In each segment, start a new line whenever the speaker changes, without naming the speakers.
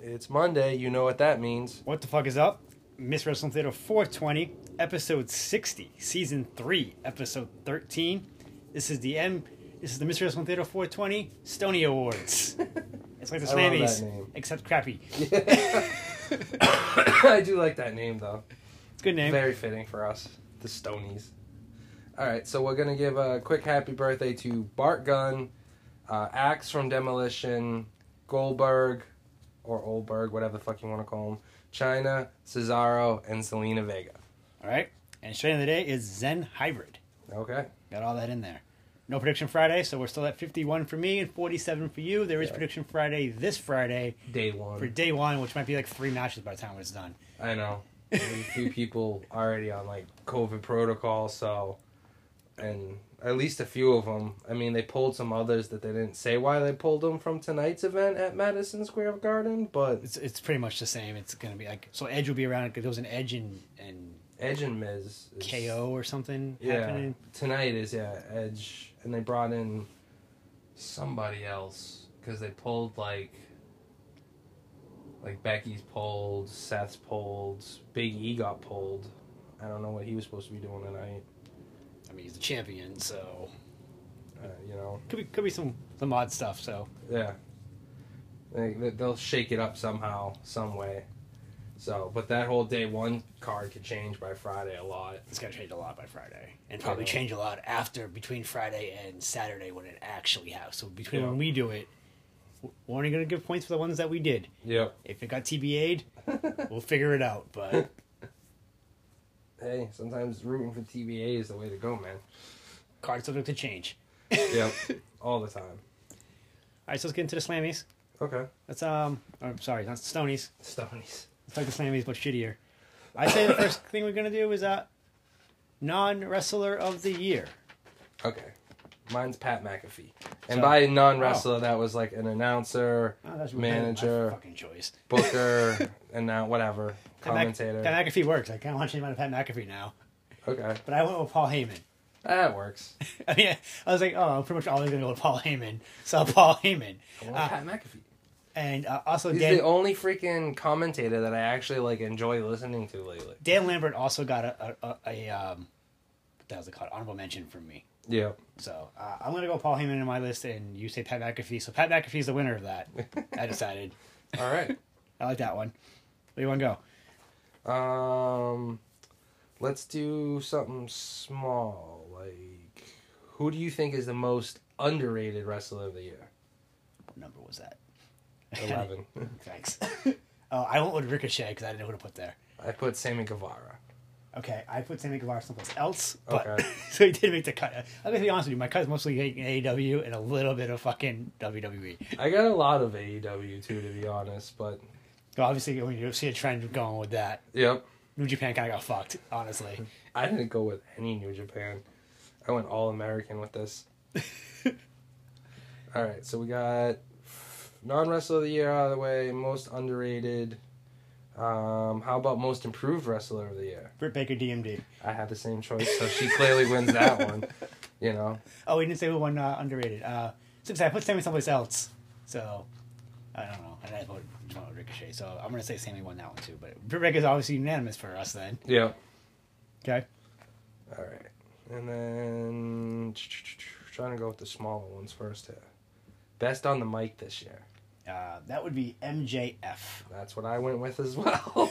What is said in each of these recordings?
It's Monday. You know what that means.
What the fuck is up? Miss Wrestling Theater 420, episode 60, season 3, episode 13. This is the end. This is the Miss Wrestling Theater 420 Stony Awards. it's like the
I love that
Slammies,
name.
except crappy.
I do like that name though.
It's a good name.
Very fitting for us, the Stonies. All right, so we're gonna give a quick happy birthday to Bart Gunn, uh, Axe from Demolition, Goldberg, or Oldberg, whatever the fuck you want to call him, China, Cesaro, and Selena Vega.
All right. And straight of the day is Zen Hybrid.
Okay.
Got all that in there. No prediction Friday, so we're still at 51 for me and 47 for you. There is
Yeah.
prediction Friday this Friday
Day
for
one.
day one, which might be like three matches by the time it's done.
I know. There's a few people already on like COVID protocol, so and at least a few of them. I mean, they pulled some others that they didn't say why they pulled them from tonight's event at Madison Square Garden, but
It's it's pretty much the same. It's gonna be like so Edge will be around because there was an Edge and and
Edge and Miz is-
KO or something
Yeah,
happening.
tonight is yeah Edge, and they brought in somebody else because they pulled like like Becky's pulled, Seth's pulled, Big E got pulled. I don't know what he was supposed to be doing tonight.
I mean he's the champion, so
Uh, you know.
could be could be some some odd stuff. So
Yeah. They, they- they'll shake it up somehow, some way. So, but that whole day one card could change by Friday a lot.
it's gonna change a lot by Friday, and probably
Yeah.
change a lot after between Friday and Saturday when it actually happens. So between
Yeah.
when we do it, we're only gonna give points for the ones that we did.
Yep.
If it got TBA'd, we'll figure it out. But
Hey, sometimes rooting for TBA is the way to go, man.
cards subject to change.
Yep. All the time.
All right, so let's get into the Slammies.
Okay.
Let's um, or, sorry, not Stonies.
Stonies.
It's like the Slammies, but shittier. I say the first thing we're gonna do is uh, non wrestler of the year.
Okay. Mine's Pat McAfee. And
So-
by non wrestler, that was like an announcer,
Oh, that's
Manager.
my fucking choice.
booker, and now whatever,
Pat Mc-
commentator.
Pat McAfee works. I kind of want to change mine to Pat McAfee now,
Okay.
but I went with Paul Heyman.
That works.
I mean, I was like, oh, I'm pretty much always gonna go with Paul Heyman. So Paul Heyman,
I want
Uh,
Pat McAfee.
and uh, also
He's
Dan
the only freaking commentator that I actually like enjoy listening to lately.
Dan Lambert also got a a, a, a um, what the hell's it called? Honorable mention from me.
Yeah.
So uh, I'm gonna go Paul Heyman in my list, and you say Pat McAfee. So Pat McAfee's the winner of that. I decided.
All right.
I like that one. Where do you want to go?
Um, let's do something small. Like, who do you think is the most underrated wrestler of the year?
What number was that?
Eleven.
Thanks. oh, I went with Ricochet because I didn't know who to put there.
I put Sammy Guevara.
Okay, I put Sammy Guevara someplace else, but
Okay.
so he did make the cut. I'm gonna be honest with you, my cut's mostly AEW and a little bit of fucking E. WWE.
I got a lot of AEW too, to be honest. But
So obviously, when you see a trend going with that,
yep,
New Japan kind of got fucked, honestly.
I didn't go with any New Japan. I went all American with this. all right, so we got non wrestler of the year out of the way, most underrated. Um, how about most improved wrestler of the year?
Britt Baker, DMD.
I had the same choice, so she clearly wins that one. You know,
Oh, we didn't say who won uh, underrated. Uh, since I put Sammy someplace else, so I don't know. And I voted voted Ricochet, so I'm gonna say Sammy won that one too. But Britt Baker's obviously unanimous for us then.
yeah.
Okay.
All right, and then trying to go with the smaller ones first here. Best on the mic this year.
Uh, that would be MJF.
That's what I went with as well. All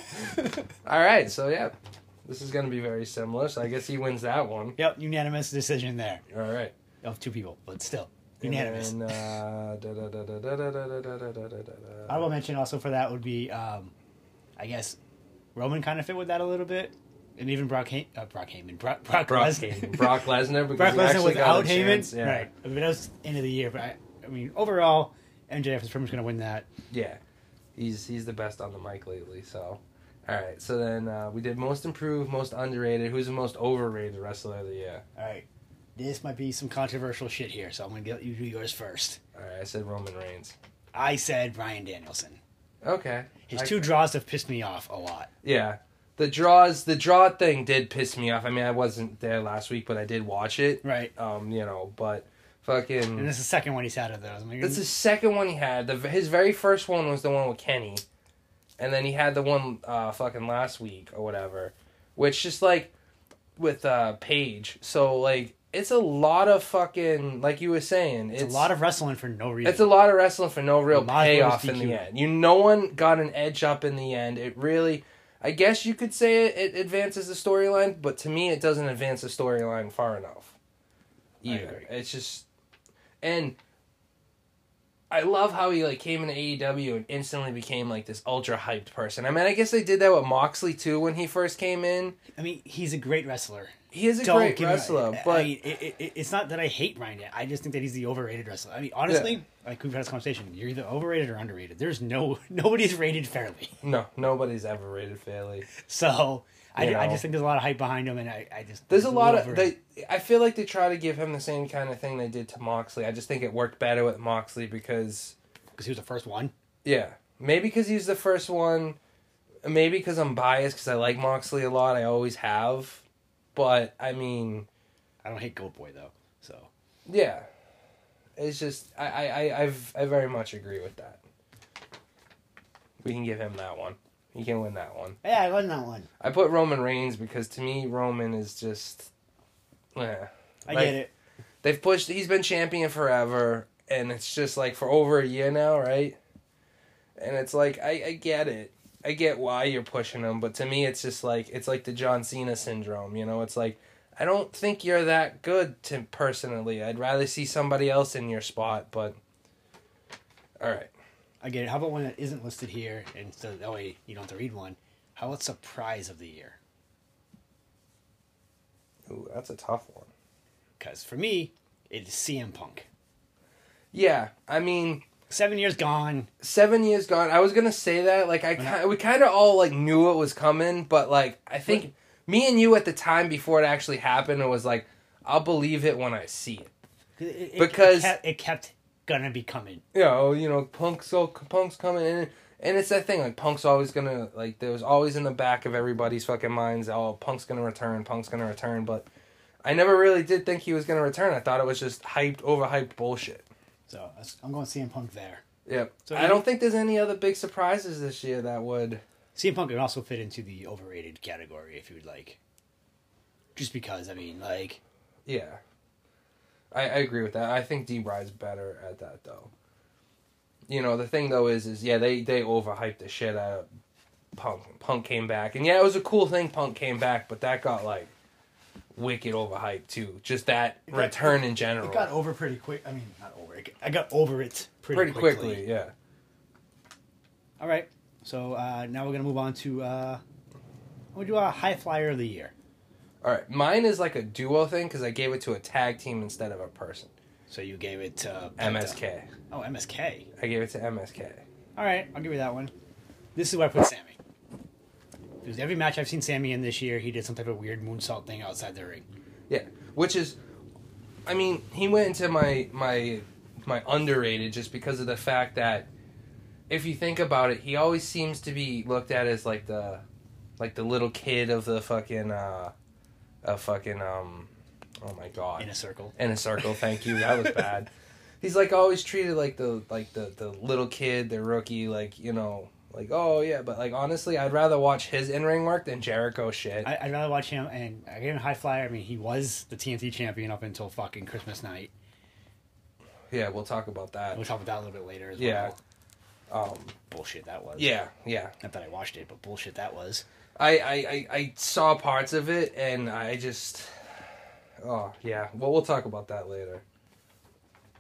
right, so yeah, this is going to be very similar. So I guess he wins that one.
Yep, unanimous decision there
All right.
of two people, but still
And
unanimous.
then, uh, da- da- da- da- da- da- da- da- da- da- da- da-
I will mention also for that would be, um, I guess, Roman kind of fit with that a little bit, and even Brock Hay- uh, Brock Heyman, Brock Brock,
Brock
Lesnar.
Heyman. Brock Lesnar. because
Brock
he
Lesnar
actually got
without
a
Heyman,
chance. Yeah.
right? I mean, that was end of the year, but I, I mean, overall, MJF is pretty much going to win that.
Yeah, he's he's the best on the mic lately. So, all right. So then uh, we did most improved, most underrated. Who's the most overrated wrestler of the year?
All right, this might be some controversial shit here, so I'm going to let you do yours first.
All right, I said Roman Reigns.
I said Brian Danielson.
Okay.
His
I-
two draws have pissed me off a lot.
Yeah. The draws, the draw thing did piss me off. I mean, I wasn't there last week, but I did watch it.
Right.
Um, you know, but
And
fucking.
this is the second one he's had of those. I'm like,
That's the second one he had. The, his very first one was the one with Kenny. and then he had the one uh, fucking last week or whatever, which just like with uh, Paige. So like it's a lot of fucking like you were saying. It's,
It's a lot of wrestling for no reason.
it's a lot of wrestling for no real
A lot of
payoff in the
DQ.
end. You no one got an edge up in the end. It really, I guess you could say it, it advances the storyline, but to me it doesn't advance the storyline far enough. Either
agree.
it's just, and I love how he like came into AEW and instantly became like this ultra hyped person. I mean, I guess they did that with Moxley too when he first came in.
I mean, he's a great wrestler.
He is a
Don't
great
give me-
wrestler,
I-
but
I mean, it, it, it's not that I hate Ryan. Yet. I just think that he's the overrated wrestler. I mean, honestly, like we've had this conversation. You're either overrated or underrated. There's no nobody's rated fairly.
no, nobody's ever rated fairly.
So I,
You
I
know.
just think there's a lot of hype behind him, and I, I just
There's a
he's
lot
little
of
overrated.
they. I feel like they try to give him the same kind of thing they did to Moxley. I just think it worked better with Moxley because
because he was the first one.
yeah, maybe because he's the first one, maybe because I'm biased because I like Moxley a lot. I always have, but I mean,
I don't hate Gold Boy though. So
yeah, it's just I I I I've, I very much agree with that. We can give him that one. He can win that one.
yeah, I won that one.
I put Roman Reigns because to me Roman is just, eh. yeah.
I
Like,
get it.
They've pushed. He's been champion forever, and it's just like for over a year now, right? And it's like I, I get it. I get why you're pushing him, but to me, it's just like it's like the John Cena syndrome. You know, it's like I don't think you're that good to personally. I'd rather see somebody else in your spot. But all right,
I get it. How about one that isn't listed here, and so that way you don't have to read one. How about surprise of the year?
Ooh, that's a tough one.
Because for me, it's CM Punk.
Yeah, I mean,
Seven years gone.
seven years gone. I was gonna say that. Like I, ki- we kind of all like knew it was coming, but like I think me and you at the time before it actually happened, it was like I'll believe it when I see it.
It- it- it
Because-
kept- it kept gonna be coming.
You know, you know, punk's all, punk's coming in. And it's that thing, like Punk's always gonna like there was always in the back of everybody's fucking minds, oh Punk's gonna return, Punk's gonna return, but I never really did think he was gonna return. I thought it was just hyped, overhyped bullshit.
So that's- I'm going CM Punk there.
Yep.
So
I
you-
don't think there's any other big surprises this year that would
CM Punk could also fit into the overrated category if you would like. Just because I mean, like,
Yeah. I, I agree with that. I think D Bride's better at that though. You know, the thing though is is yeah, they they overhyped the shit out of Punk. Punk came back. And yeah, it was a cool thing Punk came back, but that got like wicked overhyped too. Just that
got-
return in general.
it got over pretty quick. I mean, not over. It, I got over it pretty,
pretty
quickly.
quickly. yeah.
All right. So uh, now we're gonna move on to. Uh, we do a high flyer of the year.
All right, mine is like a duo thing cuz I gave it to a tag team instead of a person.
So you gave it uh, Penta.
MSK.
Oh, MSK.
I gave it to MSK.
All right, I'll give you that one. This is where I put Sammy. Because every match I've seen Sammy in this year, he did some type of weird moonsault thing outside the ring.
Yeah, which is, I mean, he went into my my my underrated just because of the fact that if you think about it, he always seems to be looked at as like the like the little kid of the fucking uh, a fucking um, oh my god,
in a circle.
in a circle. Thank you. That was bad. He's like always treated like the like the the little kid, the rookie, like you know, like oh yeah. But like honestly, I'd rather watch his in ring work than Jericho shit.
I, I'd rather watch him and I gave him high flyer. I mean, he was the TNT champion up until fucking Christmas night.
yeah, we'll talk about that.
We'll talk about that a little bit later as
Yeah.
well.
Um,
Bullshit that was.
yeah, yeah.
Not that I watched it, but bullshit that was.
I, I, I, I saw parts of it and I just. Oh, yeah. Well, we'll talk about that later.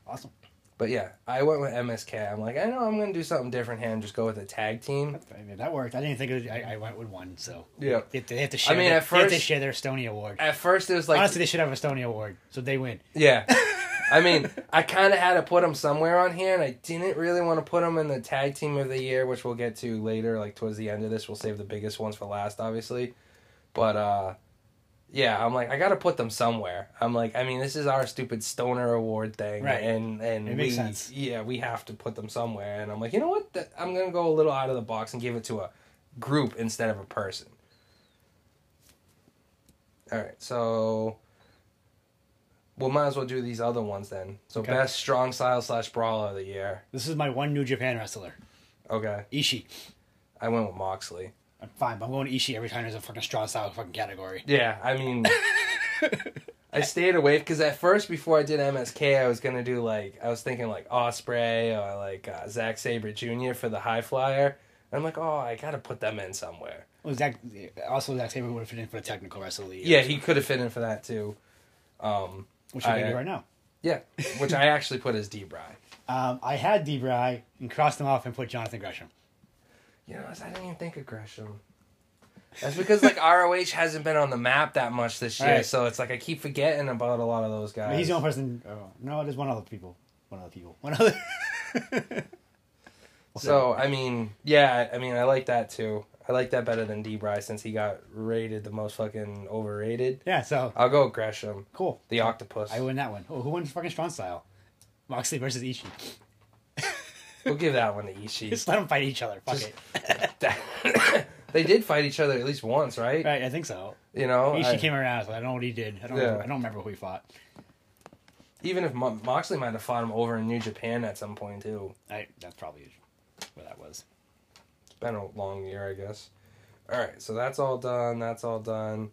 Awesome.
But yeah, I went with MSK. I'm like, I know I'm going to do something different here and just go with a tag team.
I mean, that worked. I didn't think it, I, I went with one, so.
Yeah.
They have to, they have to share,
mean,
their,
at
they have to
first-
share their Stony Award.
At first, it was like.
Honestly, they should have a Stony Award, so they win.
Yeah. I mean, I kind of had to put him somewhere on here, and I didn't really want to put him in the tag team of the year, which we'll get to later, like towards the end of this. We'll save the biggest ones for last, obviously. But, uh, yeah, I'm like, I got to put them somewhere. I'm like, I mean, this is our stupid stoner award thing.
Right.
And, and
It makes
we,
sense.
yeah, we have to put them somewhere. And I'm like, you know what? Th- I'm going to go a little out of the box and give it to a group instead of a person. All right, so we might as well do these other ones then. So
Okay.
best strong style slash brawler of the year.
This is my one New Japan wrestler,
Okay.
Ishii.
I went with Moxley.
I'm fine, but I'm going to Ishii every time there's a fucking strong style fucking category.
Yeah, I mean, I stayed away because at first, before I did MSK, I was gonna do like I was thinking like Osprey or like uh, Zack Saber Jr. for the High Flyer. I'm like, oh, I gotta put them in somewhere.
Well, Zach, also, Zach Sabre would have fit in for the technical wrestle league.
Yeah, he could have fit in for that too. Um,
Which we're going
I-
to do right now.
yeah, which I actually put as Debray.
Um, I had Debray and crossed him off and put Jonathan Gresham.
You know, I didn't even think of Gresham. That's because like ROH hasn't been on the map that much this year,
Right.
so it's like I keep forgetting about a lot of those
I
guys.
mean, he's the only person. Oh, no, there's one other people. One other people. One other.
So I mean, yeah, I mean, I like that too. I like that better than Debray since he got rated the most fucking overrated.
yeah, so
I'll go with Gresham,
cool.
the octopus.
I win that one. Oh, who won fucking strong style? Moxley versus Ishii.
We'll give that one to Ishii.
Just let them fight each other. Fuck
Just-
it.
they did fight each other at least once, right?
Right, I think so.
You know,
Ishii
Oh, I-
came around. So I don't know what he did. I don't.
Yeah.
Remember, I don't remember who he fought.
even if Mo- Moxley might have fought him over in New Japan at some point too.
I, that's probably where that was.
It's been a long year, I guess. All right, so that's all done. That's all done.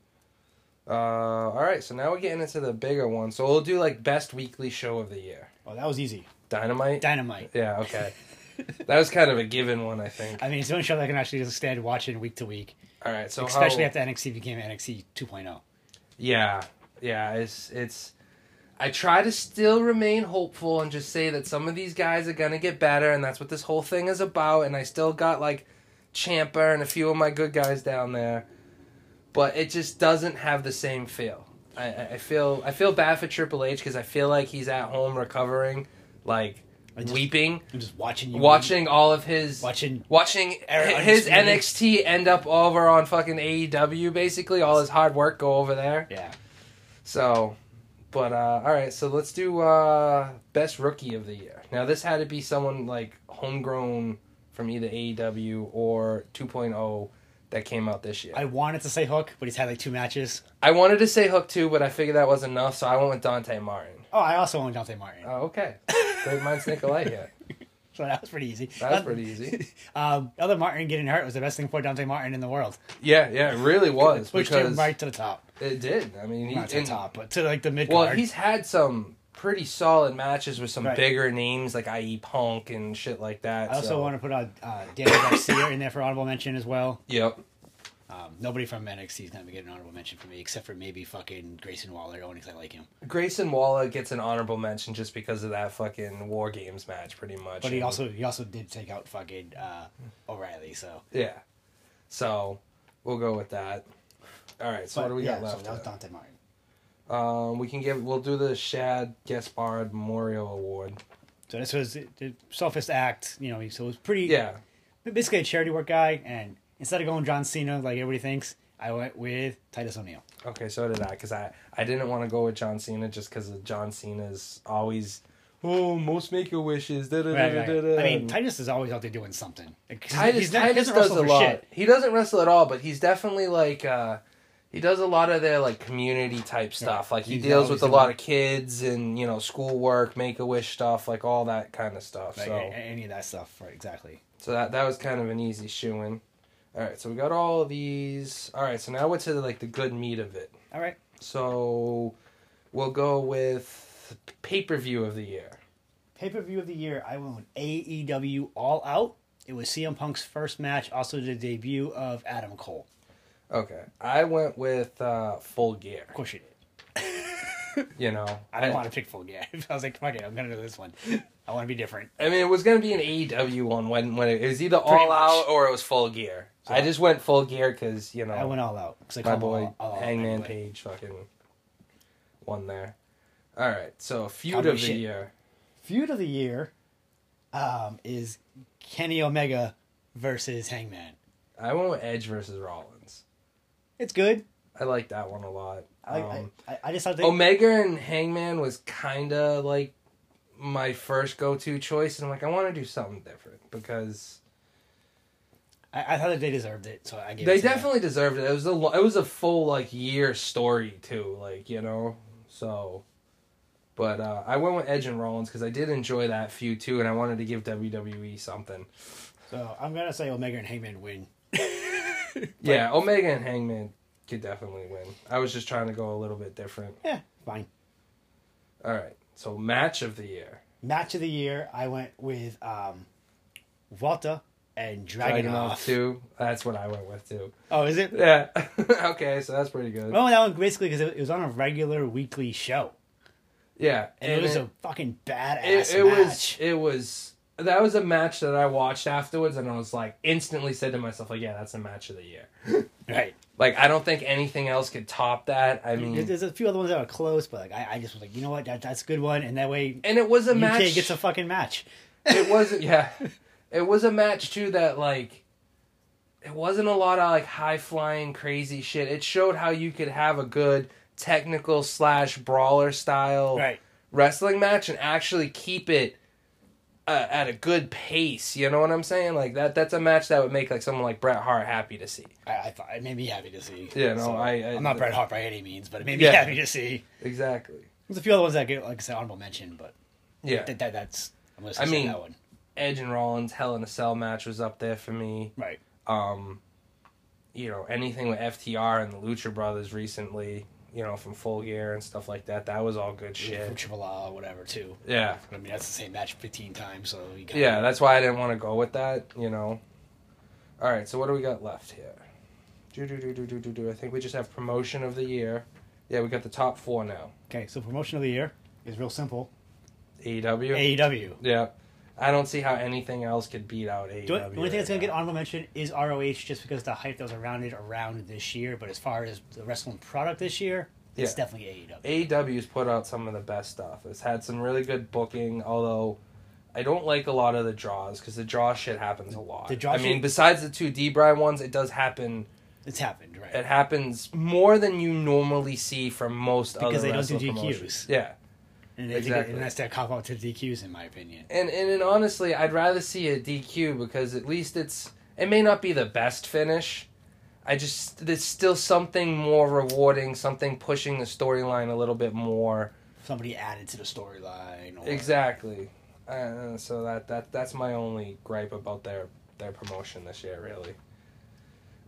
Uh, all right, so now we're getting into the bigger one. So we'll do like best weekly show of the year,
Oh, that was easy.
Dynamite.
Dynamite.
Yeah, okay. that was kind of a given one, I think.
I mean, it's the only show that I can actually just stand watching week to week,
All right, so
especially
how,
after NXT became NXT 2.0.
yeah, yeah, it's it's. I try to still remain hopeful and just say that some of these guys are gonna get better, and that's what this whole thing is about. And I still got like Champa and a few of my good guys down there, but it just doesn't have the same feel. I, I I feel I feel bad for Triple H because I feel like he's at home recovering, like
I just-
weeping,
I'm just watching you
watching all of his
watching
watching
Era
hi- his
Undisputed.
NXT end up over on fucking AEW basically all his hard work go over there
yeah
so but uh all right so let's do uh best rookie of the year now this had to be someone like homegrown from either AEW or 2.0 that came out this year
I wanted to say Hook, but he's had like two matches.
I wanted to say Hook too but I figured that was enough so I went with Dante Martin
Oh, I also own Dante Martin,
oh okay great minds think alike here
so that was pretty easy.
that was pretty easy
Um, other Martin getting hurt was the best thing for Dante Martin in the world.
yeah yeah it really was
Pushed him
because
right to the top,
it did I mean he
not to the
and-
top, but to like the mid
Well,
card.
he's had some pretty solid matches with some
Right.
bigger names like IE Punk and shit like that.
I also
so-
want to put uh, uh, Daniel Garcia in there for honorable mention as well.
Yep.
Um, nobody from NXT is going to get an honorable mention for me, except for maybe fucking Grayson Waller, only because I like him.
Grayson Waller gets an honorable mention just because of that fucking War Games match, pretty much.
But he
and-
also he also did take out fucking uh, O'Reilly, so.
yeah. So we'll go with that. All right. So
But,
what do we
yeah,
got left?
So that was Dante Martin.
um, we can give. We'll do the Shad Gaspard Memorial Award.
So this was the selfish act, you know. So it was pretty,
Yeah.
basically a charity work guy. And instead of going John Cena like everybody thinks, I went with Titus O'Neil.
Okay, so did I, because I, I didn't want to go with John Cena just because John Cena's always, oh, most make your wishes. Da, da, da,
Right, right.
da, da, da.
I mean, Titus is always out there doing something. Like,
Titus,
he's not- he
Titus
doesn't
does
wrestle
a
for
lot.
shit.
He doesn't wrestle at all, but he's definitely like uh, he does a lot of their like community type stuff. Like he
He's
deals with a
always
lot
doing-
of kids and you know schoolwork, make a wish stuff, like all that kind of stuff.
Like,
so
a- a- any of that stuff, right? Exactly.
so that that was kind of an easy shoe in. All right, so we got all of these. All right, so now we're to like the good meat of it.
All right.
So we'll go with pay per view of the year.
Pay per view of the year, I went with AEW All Out. It was CM Punk's first match, also the debut of Adam Cole.
Okay, I went with uh, Full Gear.
Of course you did.
You know,
I didn't want to pick Full Gear. I was like, fuck it, I'm gonna do this one. I want to be different.
I mean, it was going to be an AEW one when when it, it was either
Pretty
all
much.
out or it was full gear. I just went full gear because you know
I went all out. 'cause I
my
call
boy
All- All Out
Hangman
anyway.
Page fucking won there. All right, so feud
Cowboy
of the
shit.
year.
feud of the year um, is Kenny Omega versus Hangman.
I went with Edge versus Rollins.
It's good.
I like that one a lot.
I,
Um,
I, I, I just thought they,
Omega and Hangman was kind of like my first go to choice, and I'm like, I want to do something different because
I, I thought that they deserved it, so I gave it
they
to them.
definitely deserved it. It was a lo- it was a full like year story too, like you know. So, but uh, I went with Edge and Rollins because I did enjoy that feud too, and I wanted to give WWE E something.
So I'm gonna say Omega and Hangman win.
yeah, Omega and Hangman could definitely win. I was just trying to go a little bit different.
Yeah, fine.
All right, so match of the year.
Match of the year, I went with um, Volta and Dragunov.
two. That's what I went with too.
Oh, is it?
Yeah. okay, so that's pretty good.
I went with that one basically because it it was on a regular weekly show,
yeah,
and, it was
it-
a fucking badass
it, it was
match.
it was that was a match that I watched afterwards, and I was like instantly said to myself, like, yeah, that's a match of the year.
right.
Like, I don't think anything else could top that. I
There's,
mean,
there's a few other ones that were close, but like I, I just was like, you know what, that, that's a good one, and that way
and it was a
UK
match.
gets a fucking match.
it wasn't yeah it was a match too that like it wasn't a lot of like high flying crazy shit it showed how you could have a good technical slash brawler style
Right.
wrestling match and actually keep it uh, at a good pace you know what i'm saying like that that's a match that would make like someone like bret hart happy to see
I, I thought it made me happy to see.
Yeah, no, I- I-
am not Bret Hart by any means, but it made me
Yeah.
happy to see.
exactly
There's a few other ones that get like I said honorable mention, but
yeah
that, that that's I'm gonna
I
say
mean-
that one.
edge and rollins hell in a cell match was up there for me
Right.
um, you know, anything with FTR and the Lucha Brothers recently, you know, from Full Gear and stuff like that, that was all good
From
shit.
Triple R or whatever too.
Yeah.
But I mean that's the same match fifteen times, so you got
Yeah, that's why I didn't want to go with that, you know. All right, so what do we got left here? Do, do, do, do, do, do, do. I think we just have promotion of the year. Yeah, we got the top four now.
Okay, so promotion of the year is real simple. E
AEW.
AEW.
E yeah. I don't see how anything else could beat out AEW.
Do it, the only thing that's
right
gonna get
now.
honorable mention is ROH just because the hype that was around it around this year, but as far as the wrestling product this year, it's
Yeah.
definitely E AEW.
AEW's E put out some of the best stuff. It's had some really good booking, although I don't like a lot of the draws because the draw shit happens a lot.
The draw
I mean,
shit-
besides the two Debray ones, it does happen.
It's happened, right?
It happens more than you normally see from most
Because
other
they don't do
wrestler
DQs.
promotions. Yeah,
and, they-
exactly.
and that's their cop out to DQs in my opinion.
and, and and honestly, I'd rather see a DQ because at least it's it may not be the best finish. I just there's still something more rewarding, something pushing the storyline a little bit more.
Somebody added to the storyline or
Exactly. Uh, so that that that's my only gripe about their their promotion this year, really.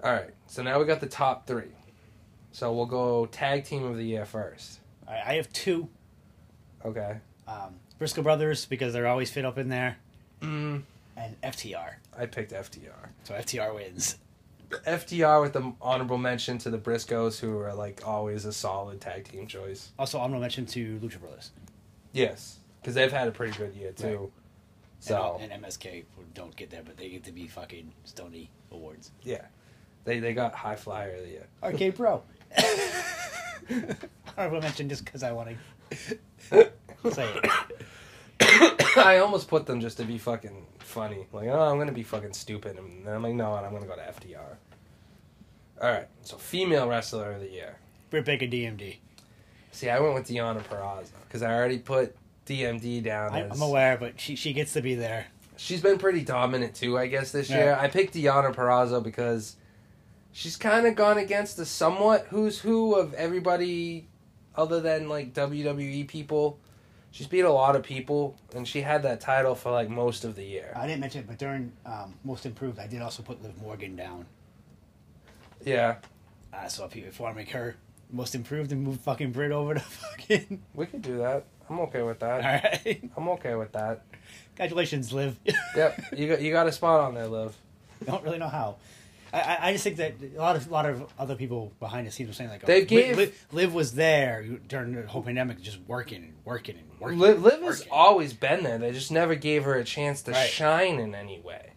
All right. So now we got the top three. So we'll go tag team of the year first.
I, I have two.
Okay.
Um, Briscoe Brothers because they're always fit up in there.
Mm,
And FTR.
I picked FDR.
So FTR wins.
FDR with the honorable mention to the Briscoes, who are like always a solid tag team choice.
Also, honorable mention to Lucha Brothers.
Yes, because they've had a pretty good year too.
Right.
So
And, and MSK don't get there, but they get to be fucking Stony Awards.
yeah, they they got high flyer of the year.
RK Pro. honorable mention just because I want to say it.
I almost put them just to be fucking funny. Like, oh, I'm gonna be fucking stupid, and then I'm like, no, and I'm gonna go to FDR. All right, so female wrestler of the year.
Britt Baker DMD.
See, I went with Deanna Peraza because I already put DMD down.
I,
as-
I'm aware, but she, she gets to be there.
She's been pretty dominant too, I guess, this
Yeah.
year. I picked Deanna Peraza because she's kind of gone against the somewhat who's who of everybody other than like WWE people. She's beat a lot of people, and she had that title for like most of the year.
I didn't mention it, but during um, Most Improved, I did also put Liv Morgan down.
Yeah.
Uh, so if you, if you want to make her Most Improved and move fucking Britt over to fucking.
We could do that. I'm okay with
All
that.
right.
I'm okay with that.
Congratulations, Liv.
Yep, you got you got a spot on there, Liv.
Don't really know how. I- I, I just think that a lot of a lot of other people behind the scenes were saying like
They
Liv,
gave-
Liv, Liv was there during the whole pandemic, just working and working and working.
Liv, Liv
and
has
working.
always been there. They just never gave her a chance to
Right.
shine in any way,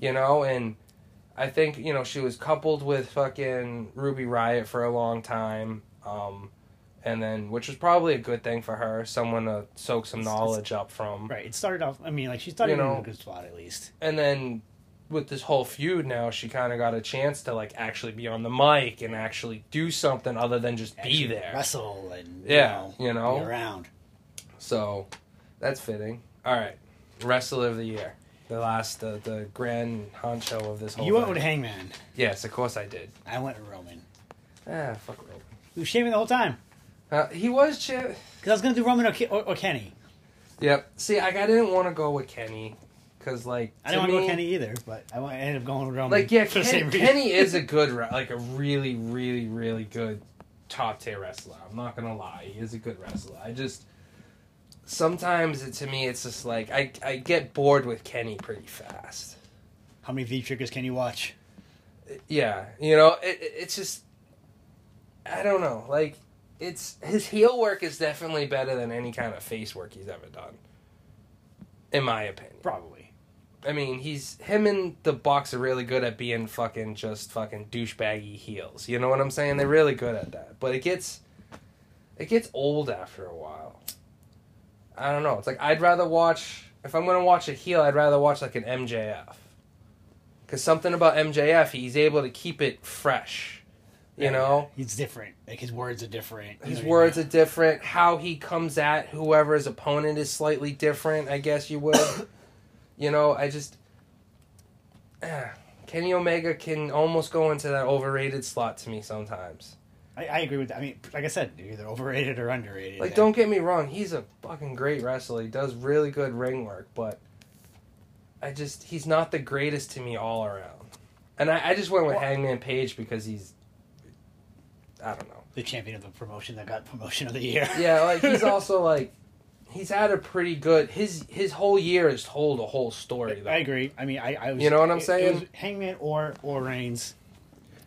you know. And I think you know she was coupled with fucking Ruby Riot for a long time, um, and then which was probably a good thing for her, someone to soak some
It's- it's-
knowledge up from.
right. It started off. I mean, like she started
You know-
in a good spot at least.
and then with this whole feud now she kind of got a chance to like actually be on the mic and actually do something other than just
Actually
be there
wrestle and
Yeah, you
you know,
know.
be around.
so that's fitting all right wrestler of the year the last the, the grand honcho of this whole
you went
thing.
with Hangman.
yes of course i did
I went with Roman.
ah fuck Roman.
He was shaming the whole time
Uh, he was chi-
because I was gonna do Roman or, Ke- or, or Kenny.
yep see like, i didn't want to go with kenny because like
I didn't
to
want to go
me-
Kenny either, but I want, I ended up going with Roman.
Like yeah,
for the
Ken,
same reason.
Kenny is a good re- like a really really really good top tier wrestler. I'm not gonna lie, he is a good wrestler. I just sometimes it, to me it's just like I I get bored with Kenny pretty fast.
How many V triggers can you watch?
Yeah, you know it, it- it's just I don't know like. It's his heel work is definitely better than any kind of face work he's ever done, in my opinion.
Probably.
I mean, he's him and the Bucks are really good at being fucking just fucking douchebaggy heels. You know what I'm saying? They're really good at that. But it gets it gets old after a while. I don't know. It's like I'd rather watch if I'm gonna watch a heel, I'd rather watch like an MJF. Cause something about MJF, he's able to keep it fresh. You
Yeah,
know?
he's different. Like his words are different. You
His
know,
words
you
are different. How he comes at whoever his opponent is slightly different. I guess you would. you know, I just Ah, Kenny Omega can almost go into that overrated slot to me sometimes.
know, I, I agree with that. I mean, like I said, dude, they're overrated or underrated.
Like,
And
don't get me wrong, he's a fucking great wrestler. He does really good ring work, but I just he's not the greatest to me all around. And I, I just went with
Well-
Hangman Page because he's I don't know.
the champion of the promotion that got promotion of the year.
Yeah, like he's also like he's had a pretty good his his whole year has told a whole story
I
though.
agree. I mean, I, I was.
You know what I'm
it- it
saying?
was Hangman or or Reigns.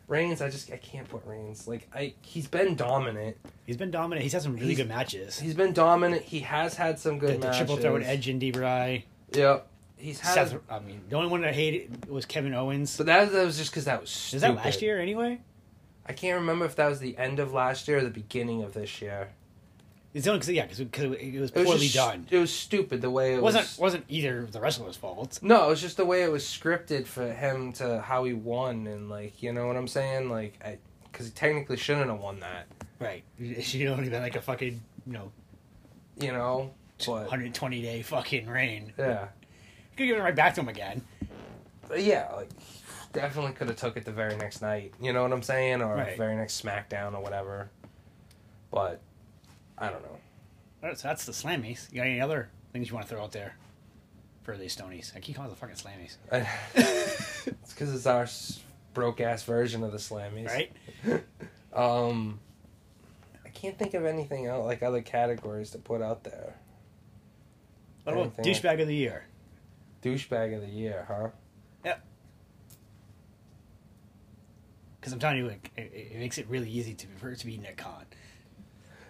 Reigns, I just I can't put Reigns. Like I he's been dominant.
He's been dominant. He's had some really
He's-
good matches.
He's been dominant. He has had some
The,
good
the
matches.
triple throw with Edge and Debray.
Yep. He's had
Seth. I mean, the only one that I hated was Kevin Owens.
So that, that was just cuz that was stupid.
Is that last year anyway?
I can't remember if that was the end of last year or the beginning of this year.
It's only because yeah, because it was
It was
poorly
just-
done.
It was stupid the way it
It wasn't
was
wasn't either of the wrestler's fault.
No, it was just the way it was scripted for him to how he won and like, you know what I'm saying? Like I cuz he technically shouldn't have won that.
Right. She don't even like a fucking you know
you know. But
120 day fucking reign.
yeah,
You could give it right back to him again.
but yeah, like definitely could have took it the very next night. You know what I'm saying, or
Right.
very next SmackDown or whatever. But I don't know.
All right, so that's the slammies. You got any other things you want to throw out there for these Stonies? I keep calling it the fucking slammies.
it's because it's our s- broke ass version of the Slammies,
Right?
Um, I can't think of anything else like other categories to put out there.
What about
Anything.
douchebag of the year?
Douchebag of the year, huh?
Because I'm telling you, like, it, it it makes it really easy to for it to be Nick Khan.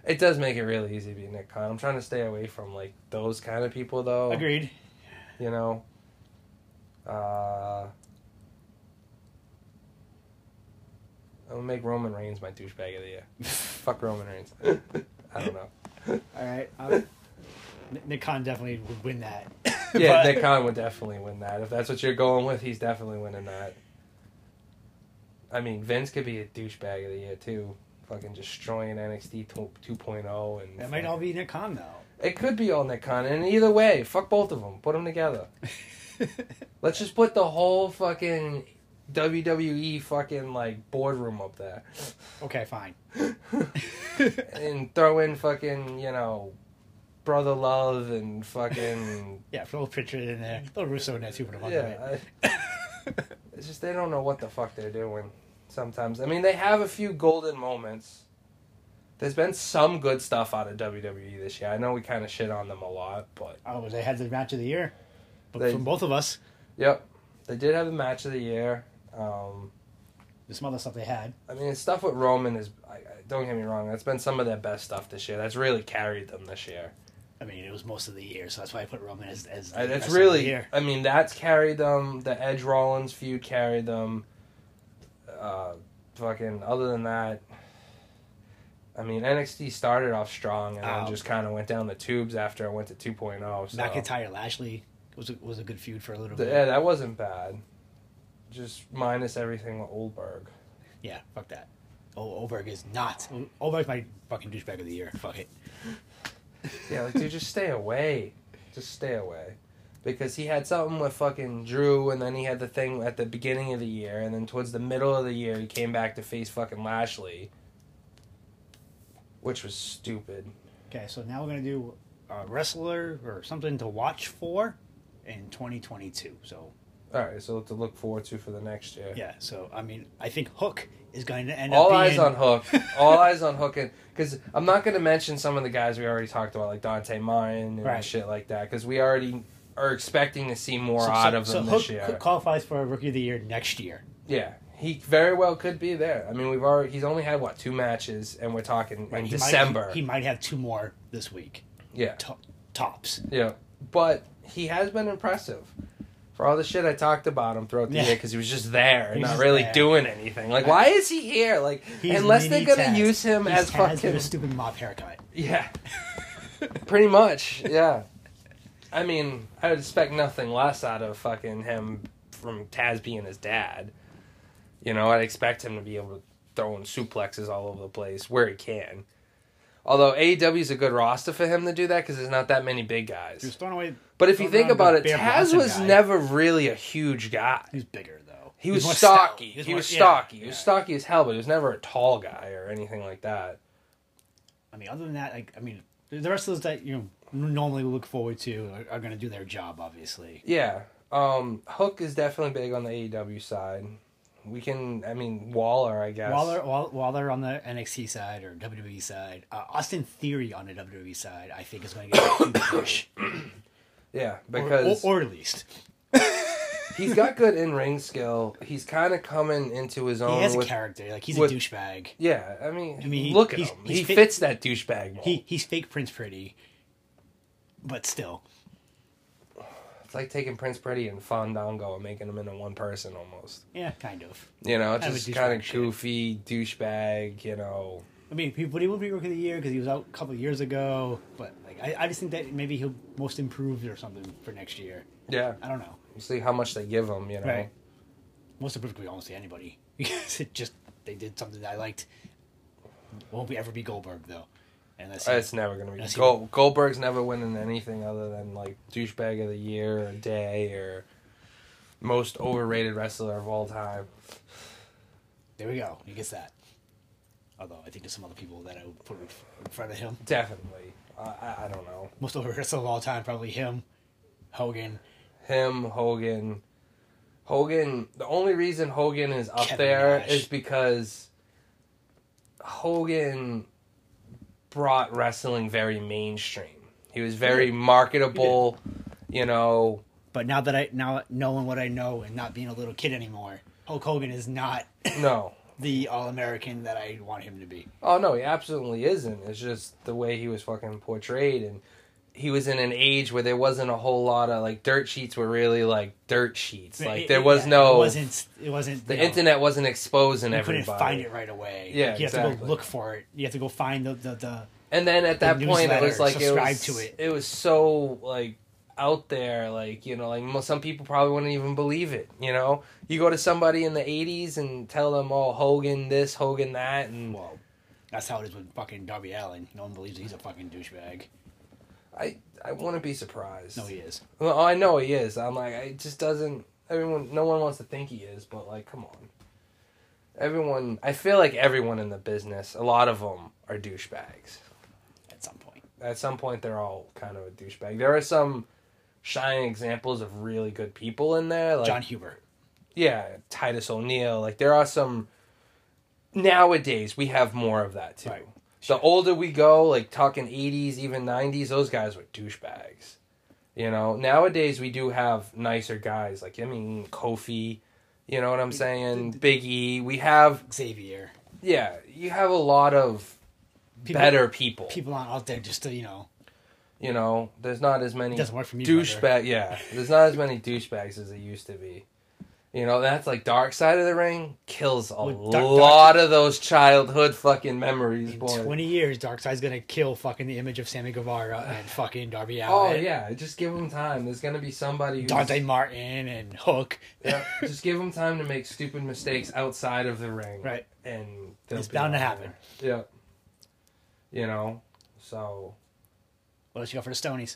It does make it really easy to be Nick Khan. I'm trying to stay away from like those kind of people though.
Agreed.
you know. Uh, I'm gonna make Roman Reigns my douchebag of the year. Fuck Roman Reigns. I don't know.
All right. Um, Nick- Nick Khan definitely would win that.
Yeah,
But-
Nick Khan would definitely win that. If that's what you're going with, he's definitely winning that. I mean, Vince could be a douchebag of the year too. Fucking destroying NXT 2.0 and
That might all be Nick Khan,
It could be all Nick Khan, and either way, fuck both of them. Put them together.
though.
Let's just put the whole fucking WWE fucking like boardroom up there.
okay, fine.
and throw in fucking, you know, Brother Love and fucking
yeah, throw a picture in there. Throw Russo in there too for the fun of it.
Yeah. I- it's just they don't know what the fuck they're doing sometimes. I mean, they have a few golden moments. There's been some good stuff out of WWE this year. I know we kind of shit on them a lot, but
Oh, they had the match of the year, but
They-
from both of us,
yep. They did have the match of the year. Um
there's some other stuff they had.
I mean, stuff with Roman is. I, I, don't get me wrong. That's been some of their best stuff this year. That's really carried them this year.
I mean, it was most of the year, so that's why I put Roman as as.
I,
the
that's
best of the
really.
year.
I mean, that's carried them. The Edge Rollins feud carried them. Uh, fucking. Other than that, I mean, NXT started off strong and
Oh.
then just kind of went down the tubes after it went to 2.0. So.
McIntyre Lashley was a, was a good feud for a little
The-
bit.
yeah, that wasn't bad. Just minus everything with Oldberg.
Yeah, fuck that. Oh, Oberg is not. Oberg's my fucking douchebag of the year. Fuck it.
Yeah, like dude, just stay away. Just stay away. Because he had something with fucking Drew and then he had the thing at the beginning of the year and then towards the middle of the year he came back to face fucking Lashley. Which was stupid.
Okay, so now we're gonna do a wrestler or something to watch for, in 2022. So
All right, so to look forward to for the next year.
yeah, so I mean, I think Hook is going to end
All
up
eyes
being,
on Hook. All eyes on Hook, and because I'm not going to mention some of the guys we already talked about, like Dante Mine and
Right.
shit like that, because we already are expecting to see more
so,
out
so-
of
so
them
Hook
this year.
qualifies for Rookie of the Year next year.
Yeah, he very well could be there. I mean, we've already he's only had what two matches, and we're talking in
He might-
December.
he might have two more this week.
yeah,
To- tops.
yeah, but he has been impressive. For all the shit I talked about him throughout the
Yeah.
year, because he was just there and
He was
not
just
really
there.
doing anything. Like, why is he here? Like,
He's
unless they're
mini
gonna
Taz.
use him
He's
as
Taz
fucking
with a stupid mop haircut.
Yeah. Pretty much, yeah. I mean, I would expect nothing less out of fucking him from Taz being his dad. You know, I'd expect him to be able to throw in suplexes all over the place where he can. Although AEW is a good roster for him to do that because there's not that many big
He was
guys.
thrown away.
But if you
thrown
think
around
about
the
it,
Bear
Taz
Bronson
was
guy.
never really a huge guy.
He was bigger though.
He was
more
stocky.
stout.
He was,
more- yeah,
stocky. He
yeah.
was stocky as hell, but he was never a tall guy or anything like that.
I mean, other than that, like, I mean, the the rest of those that you know, normally we look forward to are, are going to do their job, obviously.
Yeah. Um, Hook is definitely big on the AEW side. We can, I mean, Waller, I guess.
While they're while, while they're on the NXT side or WWE side, uh, Austin Theory on the WWE side, I think is going to get a huge push,
Yeah,
or,
because
or, or at least
he's got good in ring skill. He's kind of coming into his
he
own
has a
Oh, with.
character. Like he's
with-
a douchebag.
yeah, I mean,
mean, he-
look at
he's-
him.
he's
He
fit-
fits that douchebag. mold.
He he's fake Prince Pretty, but still,
it's like taking Prince Pretty and Fandango and making them into one person almost.
yeah, kind of.
You know,
Kind of a
just
douchebag
kind of
shit.
goofy douchebag. You know,
I mean, he, but he will be rookie of the year because he was out a couple of years ago. But like, I, I just think that maybe he'll most improved or something for next year.
yeah.
I don't know.
You see how much they give him. You know,
Right. Most improved could be almost anybody because it just they did something that I liked. Won't be ever be Goldberg though, unless he,
It's never gonna be.
Unless he-
Gold, Goldberg's never winning anything other than like douchebag of the year, or day, or most overrated wrestler of all time.
there we go. He gets that. Although I think there's some other people that I would put in f- in front of him.
Definitely. I I, I don't know
Most over wrestler of all time, probably him, Hogan.
him Hogan. Hogan. The only reason Hogan is up
Kevin
there is
Nash.
because Hogan brought wrestling very mainstream. He was very marketable. You know,
But now that I now knowing what I know and not being a little kid anymore, Hulk Hogan is not
no.
the all American that I want him to be.
Oh no, he absolutely isn't. It's just the way he was fucking portrayed, and he was in an age where there wasn't a whole lot of like dirt sheets were really like dirt sheets. Like
It-
there
it-
was
yeah, It
no
wasn't. It wasn't.
the
you know,
internet wasn't exposing
You
everybody.
couldn't find it right away.
Yeah,
Like, you have to
exactly.
go look for it. You have to go find the the. the
And then at
the
that point, it was
newsletter,
like it
subscribe
was
to it.
it was so like out there, like you know, like mo- some people probably wouldn't even believe it. You know, you go to somebody in the '80s and tell them, "Oh, Hogan this, Hogan that," and
well, that's how it is with fucking Darby Allen. No one believes he's a fucking douchebag.
I I wouldn't be surprised.
No, he is.
Well, I know he is. I'm like, it just doesn't. Everyone, no one wants to think he is, but like, come on. Everyone, I feel like everyone in the business, a lot of them are douchebags.
At some point,
At some point, they're all kind of a douchebag. There are some shining examples of really good people in there, like
John Huber.
yeah, Titus O'Neil. Like there are some. Nowadays, we have more of that too.
Right.
The older we go, like talking eighties, even nineties, those guys were douchebags. You know, nowadays we do have nicer guys. Like I mean, Kofi. You know what I'm saying? Big E. We have
Xavier.
yeah. You have a lot of
People,
better people.
people aren't out there just to you know.
You know, there's not as many
It doesn't work for me,
douchebag. Yeah, there's not as many douchebags as there used to be. You know, that's like Dark Side of the Ring kills a
Well, Dark-
lot of those childhood fucking memories,
In
boy.
twenty years, Darkseid's gonna kill fucking the image of Sammy Guevara and fucking Darby
Oh
Allen.
yeah, just give them time. There's gonna be somebody. Who's,
Dante Martin and Hook.
Yeah, just give them time to make stupid mistakes outside of the ring.
Right.
and they'll
It's
be
bound to
out
happen.
there. Yeah. You know, so
What else you got for the Stonies?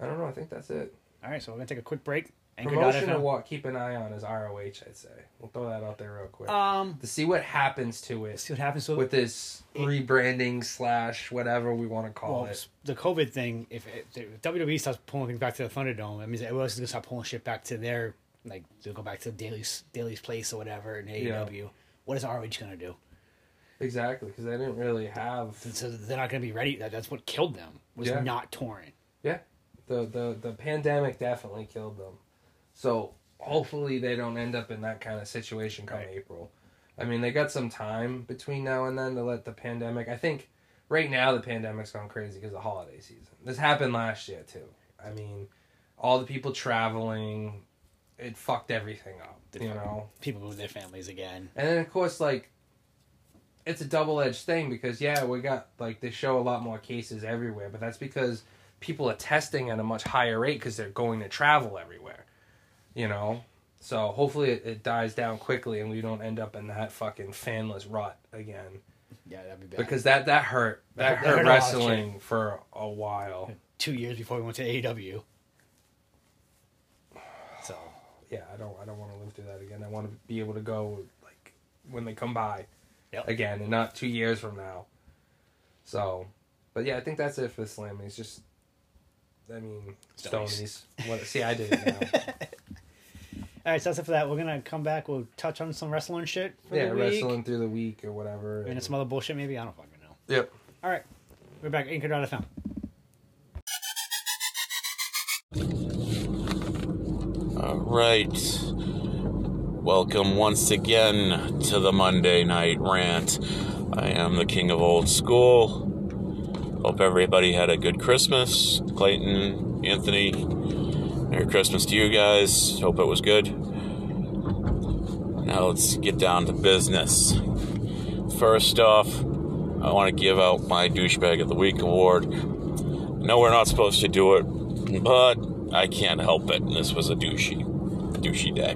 I don't know. I think that's it.
All right, so we're gonna take a quick break,
Promotion and
Anchor.fm.
what keep an eye on is ROH, I'd say. We'll throw that out there real quick.
Um,
to see what happens to it
see what happens to
with this rebranding slash whatever we want to call
well,
it.
the COVID thing. If, it, if WWE E starts pulling things back to the Thunderdome, that means everyone else is gonna start pulling shit back to their like they'll go back to Daly's Daly's place or whatever in AEW. What is ROH gonna do?
Exactly, because they didn't really have
So they're not gonna be ready. That, that's what killed them was
Yeah.
not touring.
yeah the the the pandemic definitely killed them. So hopefully they don't end up in that kind of situation come
Right.
April. I mean, they got some time between now and then to let the pandemic. I think right now the pandemic's gone crazy because of holiday season. This happened last year too. I mean, all the people traveling, it fucked everything up.
Did
You
fucking-
know,
People move their families again.
And then of course like it's a double edged thing because yeah, we got like they show a lot more cases everywhere, but that's because people are testing at a much higher rate cuz they're going to travel everywhere. You know? So hopefully it, it dies down quickly and we don't end up in that fucking fanless rot again
Yeah, that'd be bad.
because that that hurt that,
That
hurt,
hurt a lot,
wrestling for a while.
two years before we went to E AEW. So
Yeah, I don't I don't want to live through that again. I want to be able to go like when they come by.
yep.
again and not two years from now. So, but yeah, I think that's it for the slam. It's just, I mean,
Stonies.
Stonies. What, see, I did it now.
All right, so that's it for that. We're gonna come back. We'll touch on some wrestling shit for
yeah,
the week,
wrestling through the week or whatever.
and some other bullshit maybe. I don't fucking know.
yep.
All right, we're back. Anchor.fm.
All right. Welcome once again to the Monday Night Rant. I am the king of old school. Hope everybody had a good Christmas. Clayton, Anthony, Merry Christmas to you guys. Hope it was good. Now let's get down to business. First off, I want to give out my Douchebag of the Week award. No, we're not supposed to do it, but I can't help it. This was a douchey, douchey day.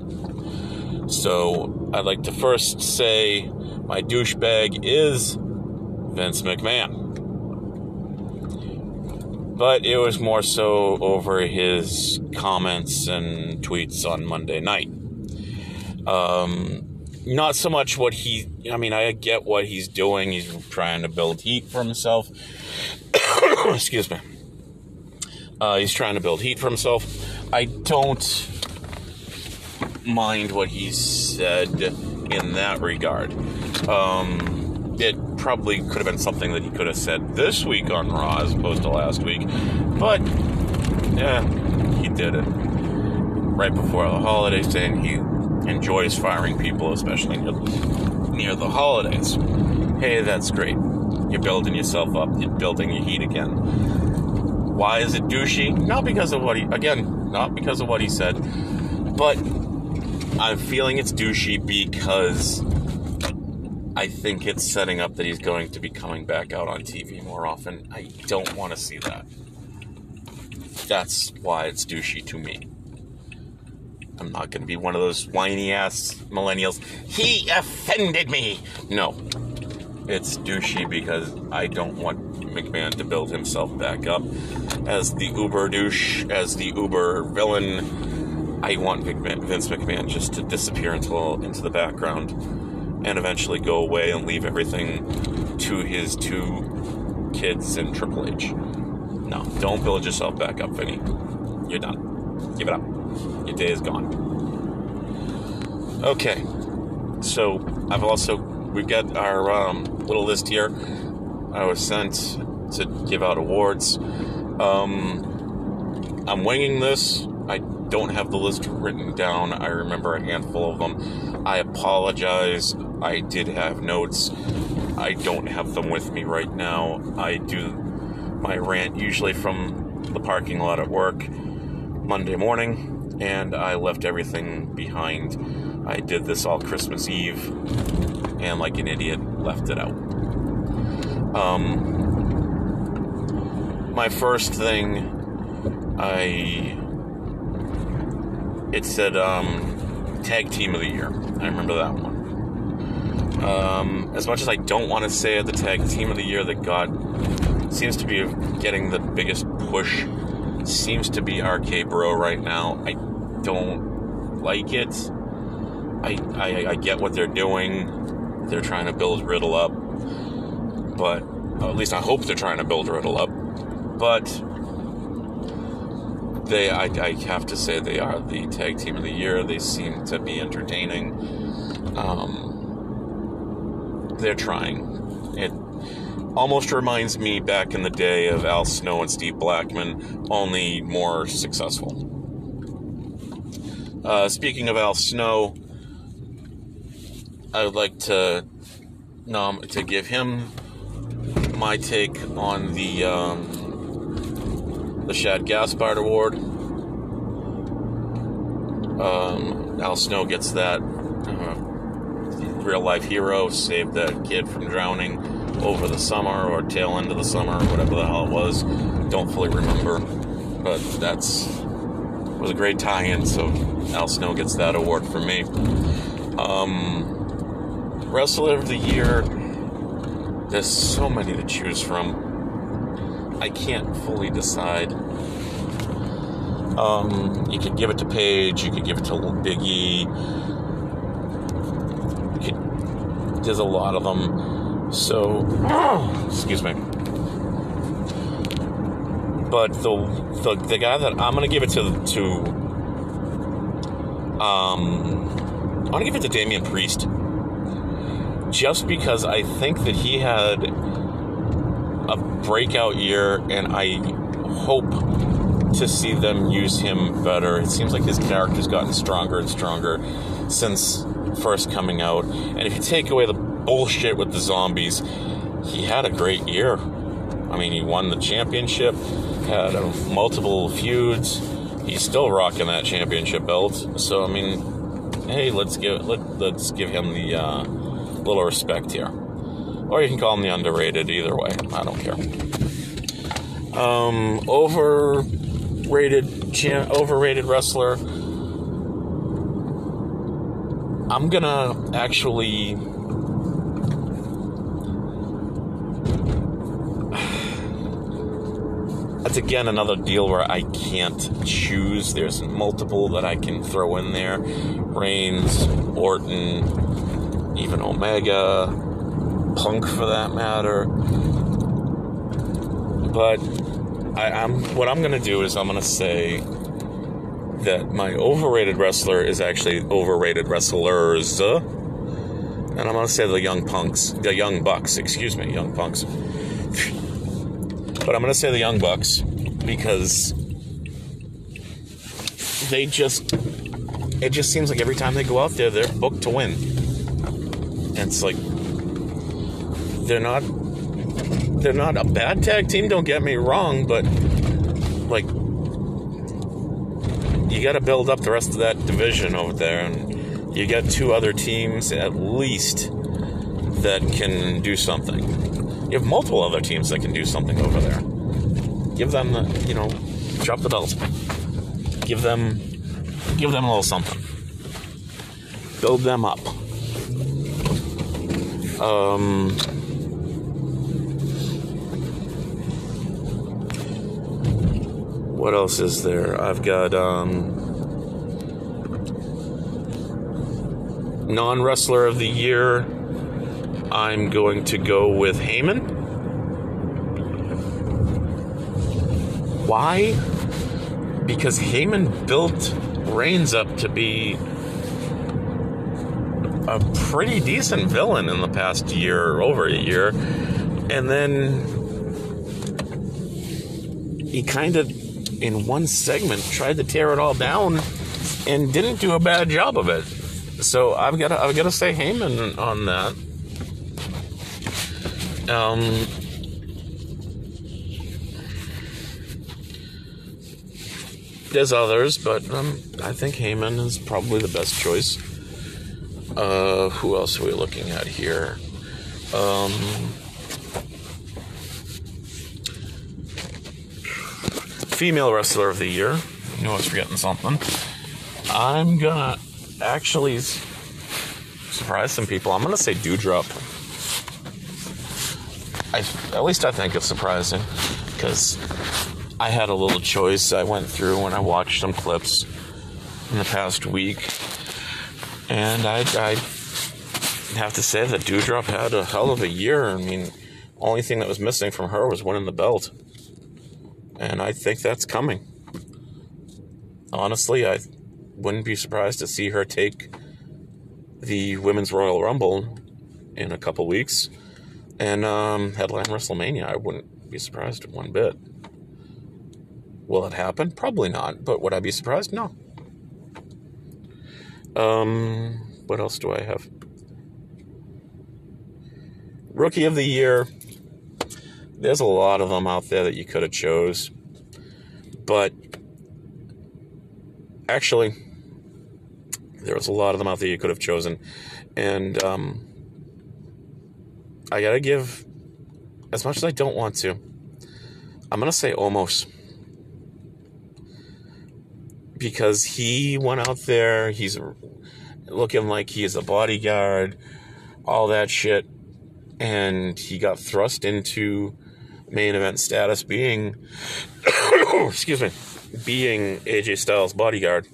So I'd like to first say my douchebag is Vince McMahon. But it was more so over his comments and tweets on Monday night. Um, not so much what he, I mean, I get what he's doing. He's trying to build heat for himself. Excuse me. Uh, he's trying to build heat for himself. I don't mind what he said in that regard. Um, it probably could have been something that he could have said this week on Raw as opposed to last week, but yeah, he did it right before the holidays, saying he enjoys firing people, especially near, near the holidays. Hey, that's great. You're building yourself up. You're building your heat again. Why is it douchey? Not because of what he, again, not because of what he said, but I'm feeling it's douchey because I think it's setting up that he's going to be coming back out on TV more often. I don't want to see that. That's why it's douchey to me. I'm not going to be one of those whiny ass millennials. He offended me! No, it's douchey because I don't want McMahon to build himself back up as the uber douche, as the uber villain. I want McMahon, Vince McMahon just to disappear into, into the background and eventually go away and leave everything to his two kids and Triple H. No, don't build yourself back up, Vinny. You're done. Give it up. Your day is gone. Okay, so I've also we've got our um, little list here. I was sent to give out awards. Um, I'm winging this. I don't have the list written down. I remember a handful of them. I apologize. I did have notes. I don't have them with me right now. I do my rant usually from the parking lot at work. Monday morning, and I left everything behind. I did this all Christmas Eve, and like an idiot, left it out. Um, my first thing, I it said um, tag team of the year. I remember that one. Um, as much as I don't want to say it, the tag team of the year that got seems to be getting the biggest push seems to be RK Bro right now. I don't like it. I, I I get what they're doing. They're trying to build Riddle up, but or at least I hope they're trying to build Riddle up. But they, I, I have to say, they are the tag team of the year. They seem to be entertaining. Um, they're trying. It almost reminds me back in the day of Al Snow and Steve Blackman, only more successful. Uh, speaking of Al Snow, I would like to nom- to give him my take on the um, the Shad Gaspard Award. Um, Al Snow gets that. Uh, real life hero saved that kid from drowning over the summer or tail end of the summer or whatever the hell it was. Don't fully remember, but that's was a great tie-in. So Al Snow gets that award for me. Um, Wrestler of the Year. There's so many to choose from. I can't fully decide. Um, you could give it to Paige. You could give it to Biggie it, there's a lot of them. So, excuse me. But the, the the guy that I'm gonna give it to to um I'm gonna give it to Damian Priest just because I think that he had a breakout year and I hope to see them use him better. It seems like his character's gotten stronger and stronger since first coming out. And if you take away the bullshit with the zombies, he had a great year. I mean, he won the championship, had uh, multiple feuds. He's still rocking that championship belt. So I mean, hey, let's give let, let's give him the uh, little respect here. Or you can call him the underrated. Either way, I don't care um, overrated cha- overrated wrestler. I'm gonna actually. That's again another deal where I can't choose. There's multiple that I can throw in there: Reigns, Orton, even Omega, Punk for that matter but I, I'm what I'm gonna do is I'm gonna say that my overrated wrestler is actually overrated wrestlers, uh, and I'm gonna say the young punks, the young bucks, excuse me, young punks. but I'm gonna say the young bucks because they just it just seems like every time they go out there they're booked to win. And it's like they're not they're not a bad tag team, don't get me wrong, but like you got to build up the rest of that division over there and you got two other teams at least that can do something. You have multiple other teams that can do something over there. Give them the, you know, drop the bells. Give them give them a little something. Build them up. Um what else is there? I've got um, non wrestler of the year. I'm going to go with Heyman. Why? Because Heyman built Reigns up to be a pretty decent villain in the past year, over a year, and then he kind of in one segment tried to tear it all down and didn't do a bad job of it. So I've got to I've got to say Heyman on that. Um, there's others, but um, I think Heyman is probably the best choice. Uh, who else are we looking at here? Um, female wrestler of the year. I knew I was forgetting something. I'm gonna actually s- surprise some people. I'm gonna say Dewdrop. I, at least I think it's surprising because I had a little choice. I went through and I watched some clips in the past week, and I I have to say that Dewdrop had a hell of a year. I mean, only thing that was missing from her was winning the belt, and I think that's coming. Honestly, I wouldn't be surprised to see her take the Women's Royal Rumble in a couple weeks and um, headline WrestleMania. I wouldn't be surprised one bit. Will it happen? Probably not. But would I be surprised? No. Um, what else do I have? Rookie of the year. There's a lot of them out there that you could have chose, but actually, there was a lot of them out there you could have chosen, and um, I gotta give. As much as I don't want to, I'm gonna say almost because he went out there. He's looking like he is a bodyguard, all that shit, and he got thrust into main event status, being excuse me, being AJ Styles' bodyguard,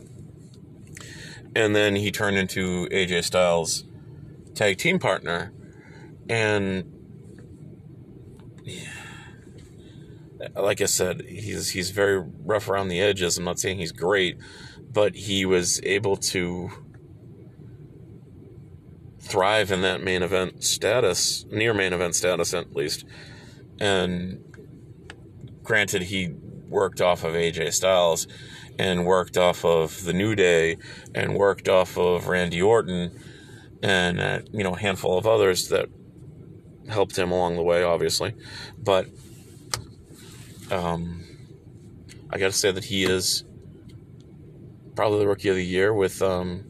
and then he turned into AJ Styles' tag team partner, and. like I said, he's he's very rough around the edges. I'm not saying he's great, but he was able to thrive in that main event status, near main event status at least. And granted, he worked off of AJ Styles and worked off of the New Day and worked off of Randy Orton and uh, you know a handful of others that helped him along the way, obviously, but um, I got to say that he is probably the rookie of the year. With um,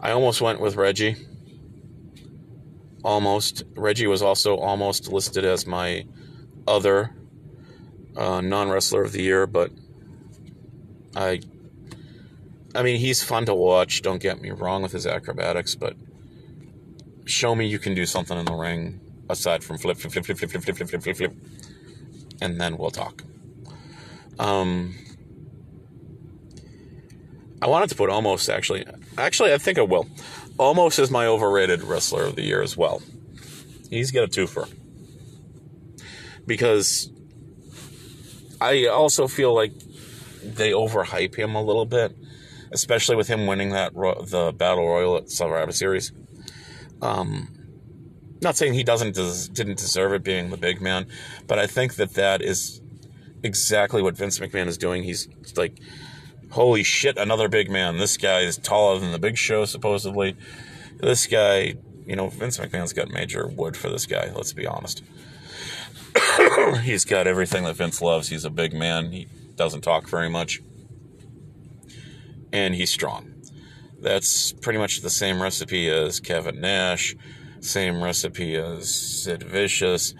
I almost went with Reggie. Almost Reggie was also almost listed as my other uh, non wrestler of the year, but I. I mean, he's fun to watch. Don't get me wrong with his acrobatics, but show me you can do something in the ring aside from flip, flip, flip, flip, flip, flip, flip, flip, flip, flip, flip and then we'll talk. Um, I wanted to put almost actually. Actually, I think I will. Almost is my overrated wrestler of the year as well. He's got a twofer because I also feel like they overhype him a little bit, especially with him winning that ro- the battle royal at Survivor Series. Um, not saying he doesn't des- didn't deserve it being the big man, but I think that that is exactly what Vince McMahon is doing. He's like, holy shit, another big man. This guy is taller than the Big Show supposedly. This guy, you know, Vince McMahon's got major wood for this guy. Let's be honest. He's got everything that Vince loves. He's a big man. He doesn't talk very much, and he's strong. That's pretty much the same recipe as Kevin Nash same recipe as Sid Vicious,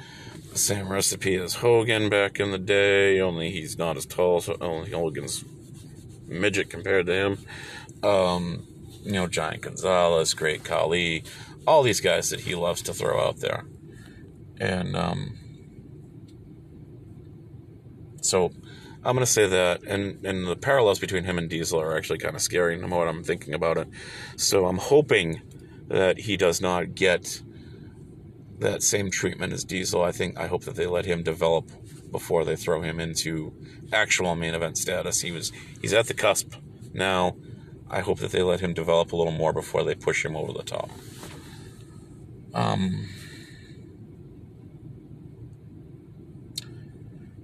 same recipe as Hogan back in the day, only he's not as tall, so only Hogan's midget compared to him. Um, you know, Giant Gonzalez, Great Khali, all these guys that he loves to throw out there. And um, so I'm going to say that, and, and the parallels between him and Diesel are actually kind of scary no more what I'm thinking about it. So I'm hoping that he does not get that same treatment as Diesel. I think I hope that they let him develop before they throw him into actual main event status. He was he's at the cusp now. I hope that they let him develop a little more before they push him over the top. Um,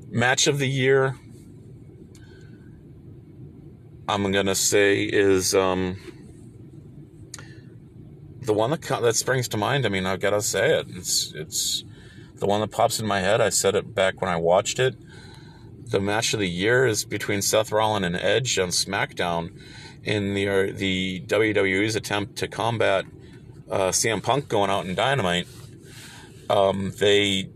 match of the year, I'm gonna say is um, the one that co- that springs to mind. I mean, I've got to say it. It's it's the one that pops in my head. I said it back when I watched it. The match of the year is between Seth Rollins and Edge on SmackDown in the uh, the WWE's attempt to combat uh, CM Punk going out in Dynamite. Um, they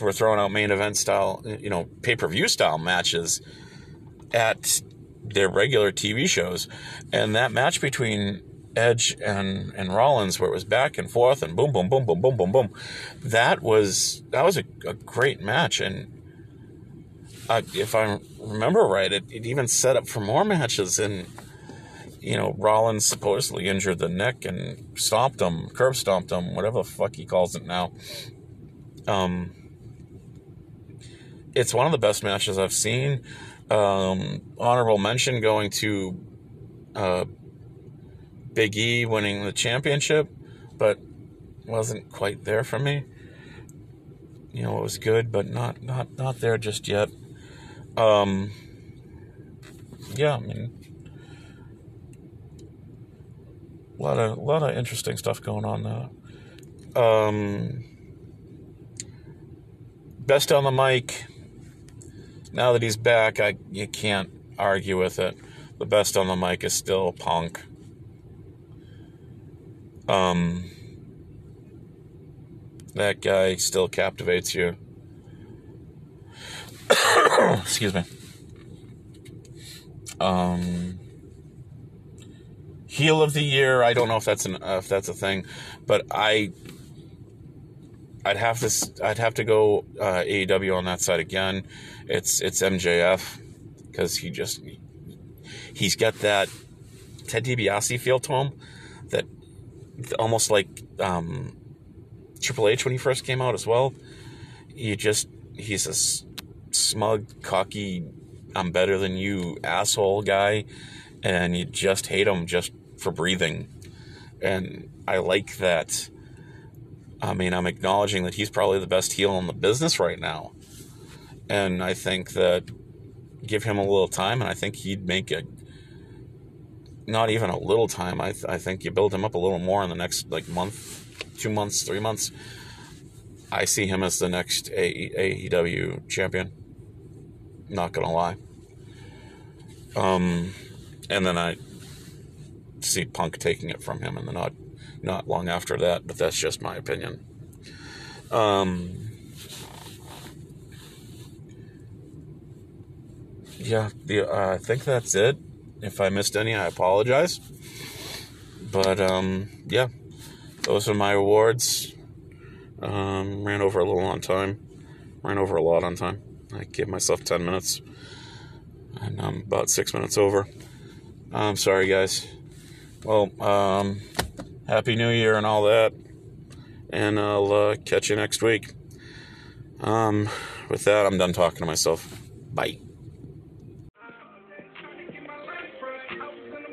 were throwing out main event style, you know, pay per view style matches at their regular TV shows, and that match between Edge and, and Rollins, where it was back and forth and boom, boom, boom, boom, boom, boom, boom. That was that was a, a great match, and uh, I, if I remember right, it, it even set up for more matches. And you know, Rollins supposedly injured the neck and stomped him, curb stomped him, whatever the fuck he calls it now. Um, it's one of the best matches I've seen. Um, honorable mention going to uh, Big E winning the championship, but wasn't quite there for me. You know, it was good, but not not not there just yet. Um, yeah, I mean, a lot of lot of interesting stuff going on there. Um, best on the mic. Now that he's back, I you can't argue with it. The best on the mic is still Punk. Um, that guy still captivates you. Excuse me. Um, heel of the year. I don't know if that's an uh, if that's a thing, but I I'd have to s- I'd have to go uh, AEW on that side again. It's it's MJF because he just he's got that Ted DiBiase feel to him that almost like um, Triple H when he first came out as well. You just he's a s- smug, cocky, I'm better than you asshole guy, and you just hate him just for breathing. And I like that. I mean, I'm acknowledging that he's probably the best heel in the business right now. And I think that give him a little time, and I think he'd make a not even a little time. I, th- I think you build him up a little more in the next like month, two months, three months. I see him as the next a- AEW champion. Not gonna lie. Um, and then I see Punk taking it from him, and then not not long after that. But that's just my opinion. Um, yeah, the, uh, I think that's it. If I missed any, I apologize. But um, yeah, those are my awards. Um, ran over a little on time. Ran over a lot on time. I gave myself 10 minutes. And I'm about six minutes over. I'm sorry, guys. Well, um, Happy New Year and all that. And I'll uh, catch you next week. Um, with that, I'm done talking to myself. Bye.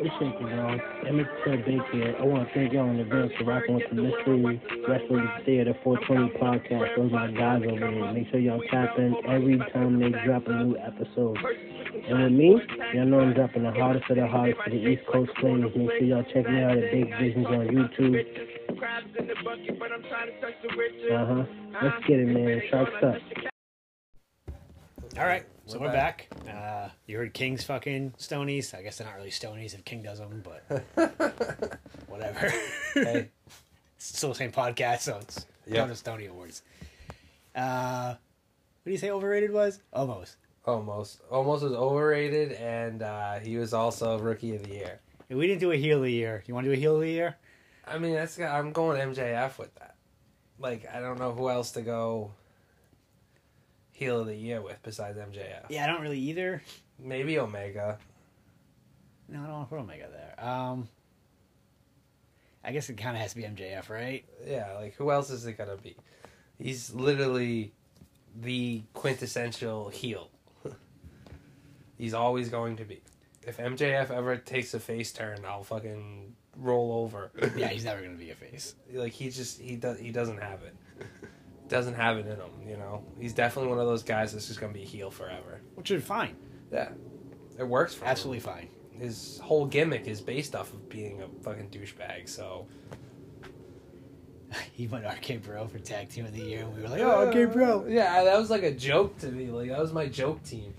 It's shaking, y'all. Emmett Till Big here. I want to thank y'all in advance for rocking with the Mystery Wrestling Theater 420 podcast. Those are my guys over there. Make sure y'all tap in every time they drop a new episode. And with me, y'all know I'm dropping the hardest of the hardest for the East Coast flavors. Make sure y'all check me out at Big Visions on YouTube. Uh huh. Let's get it, man. Sharks up.
All right, so
We're
we're, back. Uh, you heard King's fucking Stonies. I guess they're not really Stonies if King does them, but whatever.
Hey.
it's still the same podcast, so it's
Yeah.
yeah. Stony Awards. Uh, what do you say overrated was? Almost.
Almost. Almost was overrated, and uh, he was also Rookie of the Year.
If we didn't do a heel of the year. You want to do a heel of the year?
I mean, that's I'm going MJF with that. Like, I don't know who else to go heel of the year with besides MJF.
Yeah, I don't really either.
Maybe Omega.
No, I don't want to put Omega there. Um, I guess it kind of has to be MJF, right?
Yeah, like who else is it gonna be? He's literally the quintessential heel. He's always going to be. If MJF ever takes a face turn, I'll fucking roll over.
yeah, he's never gonna be a face.
like he just he does he doesn't have it. Doesn't have it in him, you know. He's definitely one of those guys that's just gonna be heel forever.
Which is fine,
Yeah, it works for him.
absolutely fine.
His whole gimmick is based off of being a fucking douchebag. So
He went Arcade Bro for tag team of the year, and we were like, "Oh, Arcade Bro."
Yeah, that was like a joke to me. Like that was my joke team.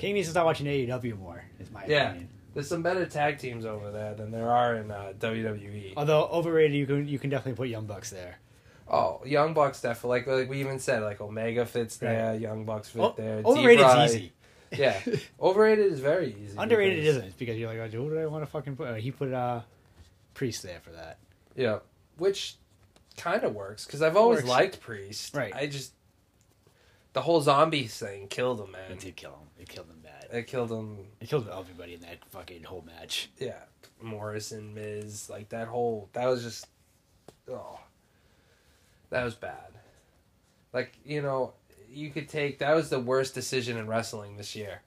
King needs to start watching AEW more. Is my
Yeah.
opinion.
There's some better tag teams over there than there are in uh, WWE.
Although overrated, you can you can definitely put Young Bucks there.
Oh, Young Bucks definitely. Like, like we even said, like Omega fits there, Young Bucks fit
O-
there.
overrated's
D-Bry.
easy.
Yeah, overrated is very easy.
Underrated
because-
isn't because you're like, "Oh, dude, what do I want to fucking put?" Uh, he put uh, Priest there for that.
Yeah, which kind of works because I've always
Works.
liked Priest.
Right.
I just the whole zombies thing killed him, man.
It did kill him. It killed him bad. that.
It killed him.
It killed everybody in that fucking whole match.
Yeah, Morrison, Miz, like that whole that was just, oh, that was bad. Like you know, you could take that was the worst decision in wrestling this year.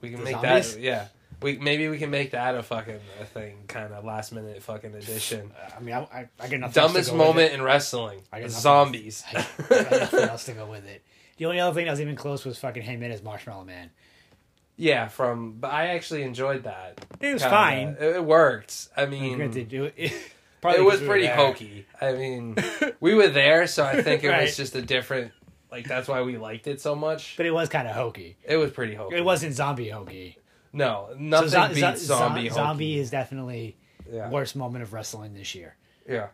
We can
The
make
zombies?
that. Yeah, we maybe we can make that a fucking a thing, kind of last minute fucking edition.
Uh, I mean, I, I, I got nothing. else to
Dumbest
go with
moment
it.
in wrestling:
I got nothing.
zombies.
I got nothing else to go with it. The only other thing that was even close was fucking Hangman as Marshmallow Man.
yeah, from but I actually enjoyed that.
It was
Kinda.
fine.
It, it worked. I mean,
Granted, it,
it
it, probably
was
'cause we were
pretty
there.
hokey. I mean, we were there, so I think it
Right.
was just a different. Like that's why we liked it so much.
but it was kind of hokey.
It was pretty hokey.
It wasn't zombie hokey.
no
So
nothing
zo- zo-
beats
zo-
zombie. hokey.
zombie is definitely
yeah.
worst moment of wrestling this year.
Yeah,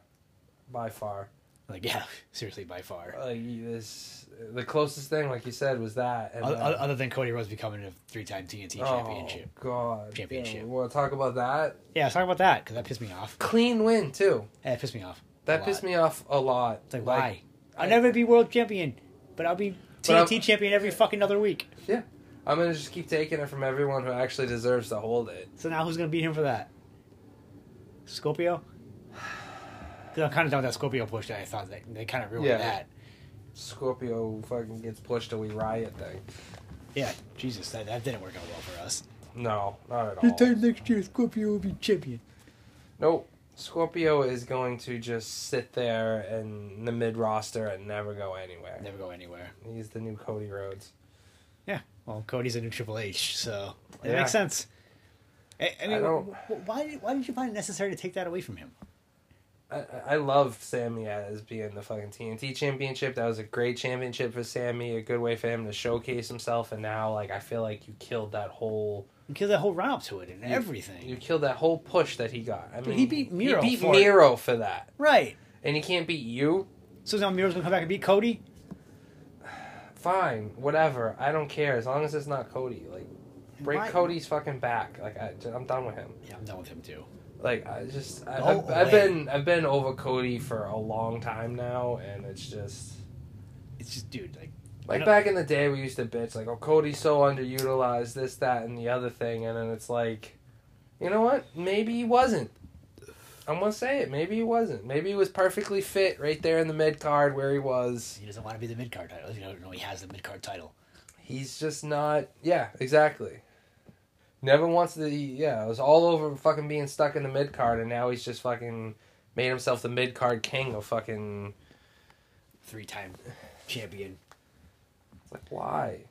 by far.
Like, yeah, seriously, by far.
Like this, the closest thing, like you said, was that. And
O- o-
then-
other than Cody Rhodes becoming a three-time TNT championship.
Oh God!
Championship.
Yeah, we'll talk about that.
Yeah, let's talk about that because that pissed me off.
Clean win too.
That pissed me off.
That pissed me off a lot.
It's like, why? I'll never be world champion, but I'll be
But I'm-
TNT champion every fucking other week.
Yeah, I'm gonna just keep taking it from everyone who actually deserves to hold it.
So now who's gonna beat him for that? Scorpio. Because I'm kind of done with that Scorpio push that I thought that they kind of ruined
Yeah.
that.
Scorpio fucking gets pushed till we riot thing.
Yeah, Jesus, that, that didn't work out well for us.
No, not at all.
next year, Scorpio will be champion.
Nope. Scorpio is going to just sit there in the mid roster and never go anywhere.
Never go anywhere.
He's the new Cody Rhodes.
Yeah. Well, Cody's a new Triple H, so it
Yeah.
makes sense. I, I mean,
don't-
wh- wh- why did why did you find it necessary to take that away from him?
I, I- I love Sammy as being the fucking TNT championship. That was a great championship for Sammy, a good way for him to showcase himself. And now, like, I feel like you killed that whole
Because that whole run up to it and everything.
you killed that whole push that he got. I mean,
he beat Miro
He beat
for it.
Miro for that,
right.
and he can't beat you.
So now Miro's gonna come back and beat Cody.
fine, whatever. I don't care as long as it's not Cody. Like, break
Why-
Cody's fucking back. Like, I, am done with him.
Yeah, I'm done with him too.
Like, I just, I,
Go
I've, I've
away.
been, I've been over Cody for a long time now, and it's just
It's just, dude, like,
like
know-
back in the day we used to bitch like, oh, Cody's so underutilized, this, that, and the other thing, and then it's like, you know what? Maybe he wasn't. I'm gonna say it. Maybe he wasn't. Maybe he was perfectly fit right there in the mid card where he was.
he doesn't want to be the mid card title. You know, no, he has the mid card title.
He's just not. Yeah, exactly. Never wants to. Yeah, it was all over fucking being stuck in the mid card, and now he's just fucking made himself the mid card king of fucking.
Three time champion.
It's like why?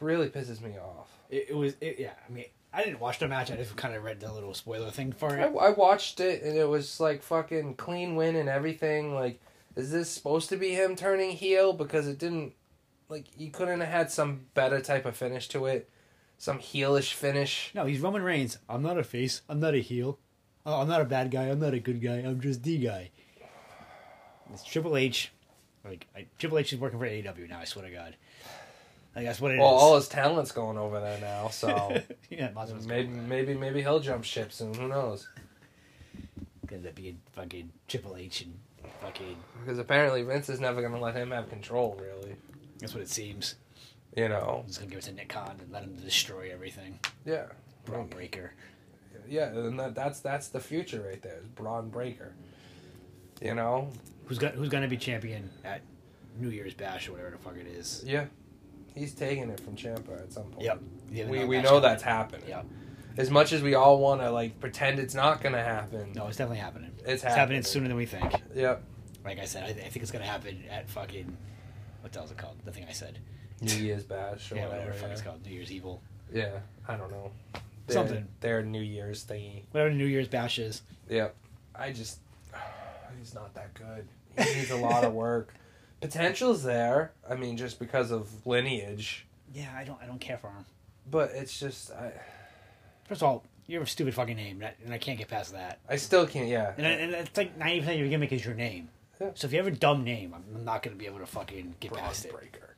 Really pisses me off.
It, it was, it, yeah. I mean, I didn't watch the match. I just kind of read the little spoiler thing for
I,
it.
I watched it and it was like fucking clean win and everything. Like, is this supposed to be him turning heel? Because it didn't. Like, he couldn't have had some better type of finish to it, some heelish finish.
No, he's Roman Reigns. I'm not a face. I'm not a heel. Oh, I'm not a bad guy. I'm not a good guy. I'm just the guy. It's Triple H. Like I, Triple H is working for AEW now. I swear to God. Like that's what it is.
Well, all his talent's going over there now, so
yeah, might as well just go
maybe
with that.
maybe maybe he'll jump ship soon. Who knows?
Ends up being fucking Triple H and fucking.
Because apparently Vince is never going to let him have control, really.
That's what it seems.
You know?
I'm just gonna give it to Nick Khan and let him destroy everything.
Yeah,
Braun Breaker.
yeah, and that, that's that's the future right there. Is Braun Breaker. You know?
Who's got? Who's gonna be champion at New Year's Bash or whatever the fuck it is?
Yeah, he's taking it from Champa at some point.
Yeah,
We
no,
we
that's
know
coming.
that's happening.
Yep.
As much as we all want to like pretend it's not going to happen.
No, it's definitely happening.
It's
it's happening
happening.
sooner than we think.
Yep.
like I said, I, I think it's gonna happen at fucking what the hell's it called? The thing I said.
New Year's bash or
yeah, whatever
whatever.
the fuck it's
yeah.
called. New Year's Evil.
yeah, I don't know. Their-
Something.
Their New Year's thingy.
Whatever New Year's bash is.
Yep. I just he's not that good. He needs a lot of work. Potential's there. I mean, just because of lineage,
Yeah, I don't I don't care for him.
but it's just I
First of all, you have a stupid fucking name, and I, and I can't get past that.
I still can't. Yeah.
And, I, and it's like ninety percent of your gimmick is your name.
Yeah.
So if you have a dumb name, I'm not gonna be able to fucking get
Braun
past it.
breaker.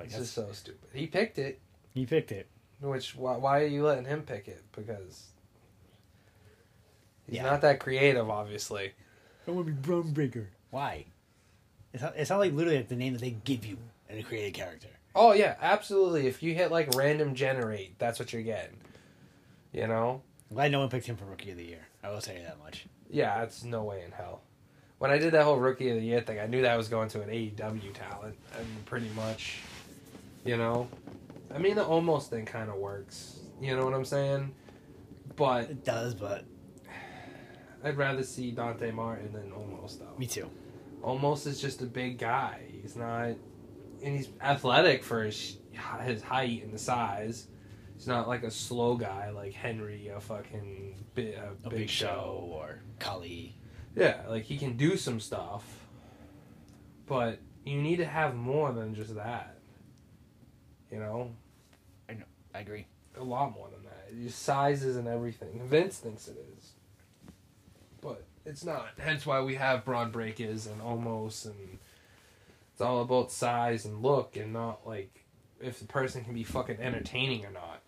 Like,
This
that's,
is so stupid. He picked it.
you picked it.
Which why why are you letting him pick it? Because he's
Yeah.
not that creative, obviously.
I want to be Brum Breaker. Why? It's not, it's not like literally like the name that they give you in a created character.
Oh yeah, absolutely. If you hit like random generate, that's what you're getting. You know?
Glad no one picked him for rookie of the year. I will tell you that much.
Yeah, it's no way in hell. When I did that whole rookie of the year thing, I knew that I was going to an AEW talent. I mean, pretty much. You know? I mean, the almost thing kind of works. You know what I'm saying? But
It does, but
I'd rather see Dante Martin than almost though.
me too.
Almost is just a big guy. He's not, and he's athletic for his his height and the size. He's not like a slow guy like Henry, a fucking bi- a
A
big, show.
or Kali.
Yeah, like he can do some stuff, but you need to have more than just that. You know,
I agree.
a lot more than that. Your size isn't everything. Vince thinks it is, but it's not. Hence why we have broad breakers and almost, and it's all about size and look, and not like if the person can be fucking entertaining or not.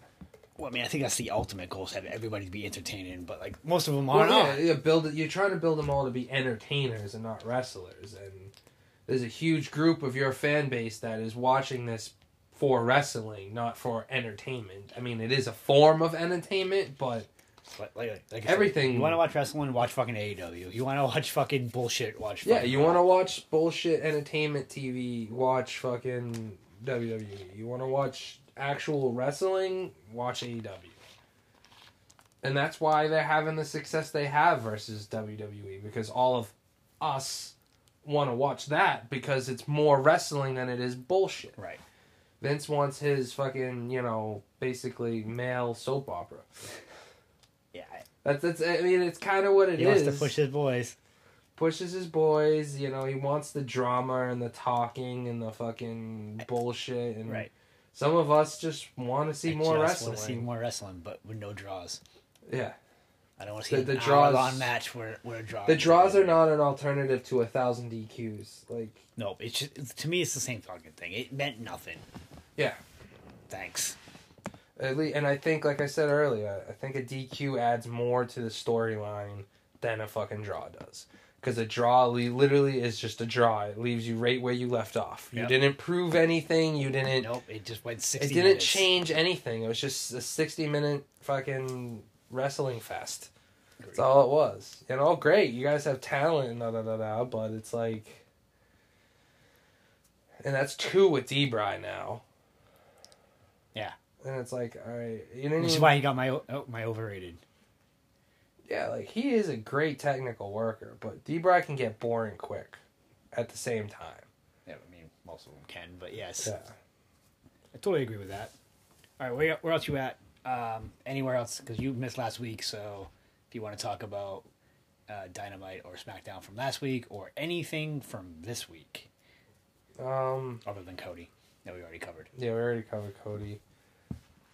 Well, I mean, I think that's the ultimate goal: is have everybody to be entertaining. But like most of them
Well,
are not.
yeah, yeah, build it. You're trying to build them all to be entertainers and not wrestlers. And there's a huge group of your fan base that is watching this for wrestling, not for entertainment. I mean, it is a form of entertainment, but
Like, like, like I said,
Everything-
you want to watch wrestling? Watch fucking AEW. You want to watch fucking bullshit? Watch
yeah,
fucking
you want to watch bullshit entertainment TV. Watch fucking WWE. You want to watch actual wrestling? Watch AEW. And that's why they're having the success they have versus WWE because all of us want to watch that because it's more wrestling than it is bullshit.
right.
Vince wants his fucking, you know, basically male soap opera.
Yeah,
That's that's I mean it's kind of what it is
he wants to push his boys.
pushes his boys. You know, he wants the drama and the talking and the fucking bullshit. And
Right.
some of us just want to Mm. see
I
more
just
wrestling.
Want to see more wrestling, but with no draws.
yeah,
I don't want to see
The-
the,
the
an
draws-
draws on match where where a draw.
the draws are not an alternative to a thousand DQs. Like,
No, it's just, it's- to me it's the same fucking thing. It meant nothing.
yeah.
Thanks.
At least, and I think, like I said earlier, I think a DQ adds more to the storyline than a fucking draw does. Because a draw li- literally is just a draw. It leaves you right where you left off. You
Yep.
didn't prove anything. You didn't.
Nope, it just went
It
sixty.
didn't
minutes.
change anything. It was just a 60 minute fucking wrestling fest. That's all it was. And all great. You guys have talent and da da da da, but it's like. And that's two with D Bry now.
Yeah.
And it's like, alright. You didn't
Which is
even-
why he got my o- oh, my overrated.
Yeah, like he is a great technical worker, but D Bry can get boring quick at the same time.
Yeah, I mean most of them can, but yes,
Yeah.
I totally agree with that. All right, where where else you at? Um, anywhere else? Because you missed last week, so if you want to talk about uh, Dynamite or SmackDown from last week or anything from this week,
Um,
other than Cody that we already covered,
yeah, we already covered Cody.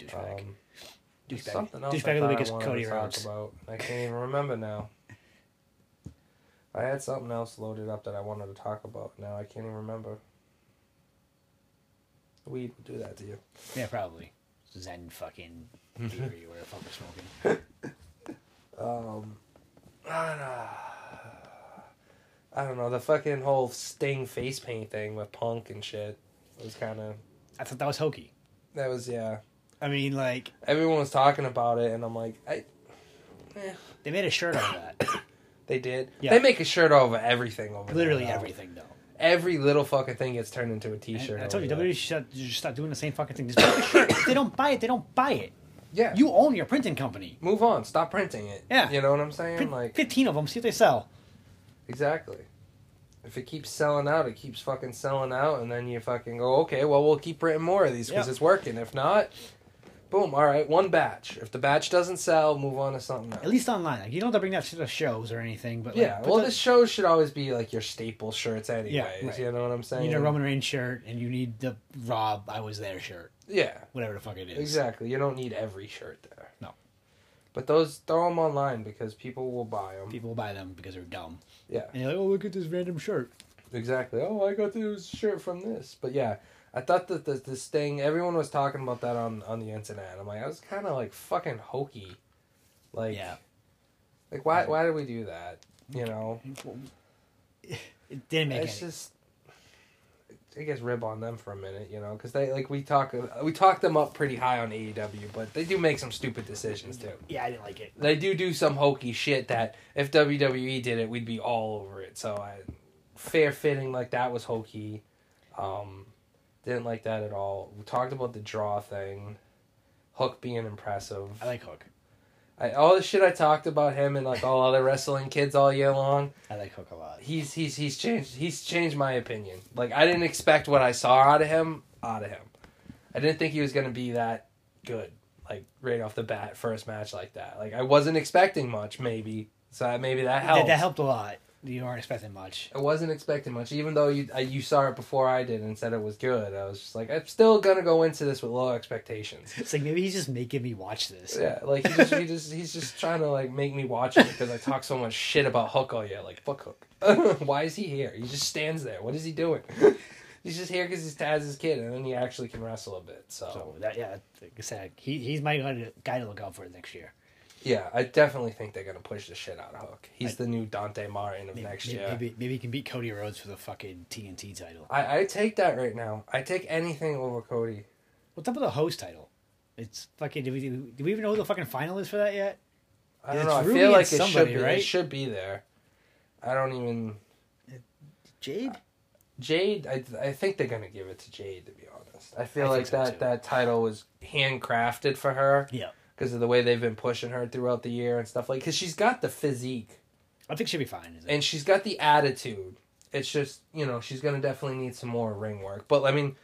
douchebag,
Um, There's
douchebag,
Something else
douchebag
I
of the
thought
week is
I wanted
Cody
to talk
Rhodes.
about. I can't even remember now. I had something else loaded up that I wanted to talk about. Now I can't even remember. Weed will do that to you.
Yeah, probably Zen fucking theory where the fuck we're smoking.
Um, I don't know. I don't know. The fucking whole Sting face paint thing with Punk and shit was kind of
I thought that was hokey.
that was yeah.
I mean, like
Everyone was talking about it, and I'm like, I
they made a shirt out of that.
they did.
Yeah.
They make a shirt over everything over there
Literally
now.
everything, though.
Every little fucking thing gets turned into a T-shirt.
And I told you,
over there.
WWE should should stop doing the same fucking thing. Just make a shirt. If they don't buy it. They don't buy it.
Yeah.
You own your printing company.
move on. Stop printing it.
Yeah.
You know what I'm saying?
Print
like
fifteen of them. See if they sell.
exactly. If it keeps selling out, it keeps fucking selling out, and then you fucking go, okay, well we'll keep printing more of these because
Yeah.
it's working. If not, boom. All right, one batch. If the batch doesn't sell, move on to something else.
At least online. Like you don't have to bring that shit to shows or anything. But like,
yeah.
put
Well,
the-
the, show should always be like your staple shirts, anyways.
right.
You know what I'm
you
saying?
need a Roman Reigns shirt and you need the Rob I was there shirt.
Yeah.
Whatever the fuck it is.
Exactly. You don't need every shirt there.
No.
But those throw them online because people will buy them.
People buy them because they're dumb.
Yeah.
And they're like, oh look at this random shirt.
Exactly. Oh, I got this shirt from this. But yeah, I thought that this, this thing, everyone was talking about that on, on the internet. And I'm like, I was kind of like fucking hokey. Like,
Yeah.
like why, why did we do that? You know?
"Oh, It didn't make
It's
any.
just, I guess rib on them for a minute, you know, because they like we talk we talk them up pretty high on AEW, but they do make some stupid decisions too.
Yeah, I didn't like it.
They do do some hokey shit that if WWE did it, we'd be all over it. So I, fair fitting like that was hokey. Um, didn't like that at all. We talked about the draw thing, Hook being impressive.
I like Hook.
I, all the shit I talked about him and like all other wrestling kids all year long
I like Hook a lot.
he's he's he's changed he's changed my opinion. Like I didn't expect what I saw out of him out of him. I didn't think he was gonna be that good. Like right off the bat, first match like that. Like I wasn't expecting much. Maybe so that- maybe that helped.
That, that helped a lot. You weren't expecting much.
I wasn't expecting much, even though you I, you saw it before I did and said it was good. I was just like, I'm still gonna go into this with low expectations.
It's like maybe he's just making me watch this.
Yeah, like he just, he just he's just trying to like make me watch it because I talk so much shit about Hook all year. Like fuck Hook. Why is he here? He just stands there. What is he doing? he's just here because he's Taz's kid, and then he actually can wrestle a bit. So,
So that yeah, like I said, he he's my guy to, guy to look out for next year.
yeah, I definitely think they're gonna push the shit out of Hook. He's the new Dante Martin of
Maybe,
next
maybe,
year.
maybe maybe he can beat Cody Rhodes for the fucking TNT title.
I, I take that right now. I take anything over Cody.
What's up with the host title? It's fucking. Do we, do we even know who the fucking final is for that yet?
I
It's
don't know. I
Ruby
feel
and
like it should
somebody,
be. It
right?
should be there. I don't even
Jade.
Jade, I, I think they're gonna give it to Jade to be honest. I feel
I
like
think so,
that
too.
that title was handcrafted for her
Yeah,
because of the way they've been pushing her throughout the year and stuff like. Because she's got the physique
I think she'll be fine. Is it?
and she's got the attitude. It's just you know she's gonna definitely need some more ring work. But I mean,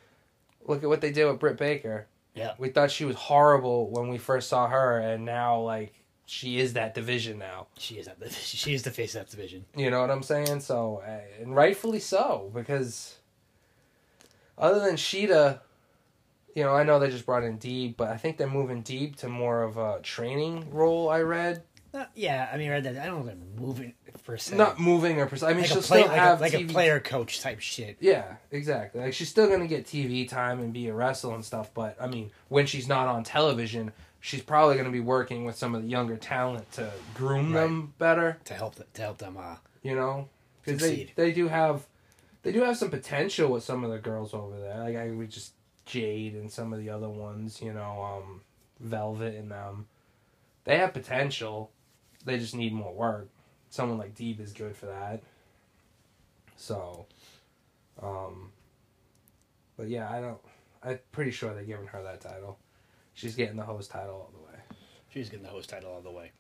look at what they did with Britt Baker.
Yeah.
we thought she was horrible when we first saw her, and now like she is that division now.
she is at the, she is the face of that division.
You know what I'm saying? So, uh, and rightfully so, because other than Sheeta, you know, I know they just brought in Deeb, but I think they're moving Deeb to more of a training role. I read
Uh, yeah, I mean, I don't know if they're moving per se.
not moving or pers- I mean,
like a,
she'll
play,
still
like,
have
a, like a
TV
player coach type shit.
Yeah, exactly. Like she's still gonna get TV time and be a wrestler and stuff, but I mean, when she's not on television, she's probably gonna be working with some of the younger talent to groom them better.
to help to help them. Uh,
you know, because they
Succeed.
they do have they do have some potential with some of the girls over there. Like I we just Jade and some of the other ones, you know, um, Velvet and them. They have potential. They just need more work. Someone like Deeb is good for that. So, um, but yeah, I don't. I'm pretty sure they're giving her that title. She's getting the host title all the way.
she's getting the host title all the way.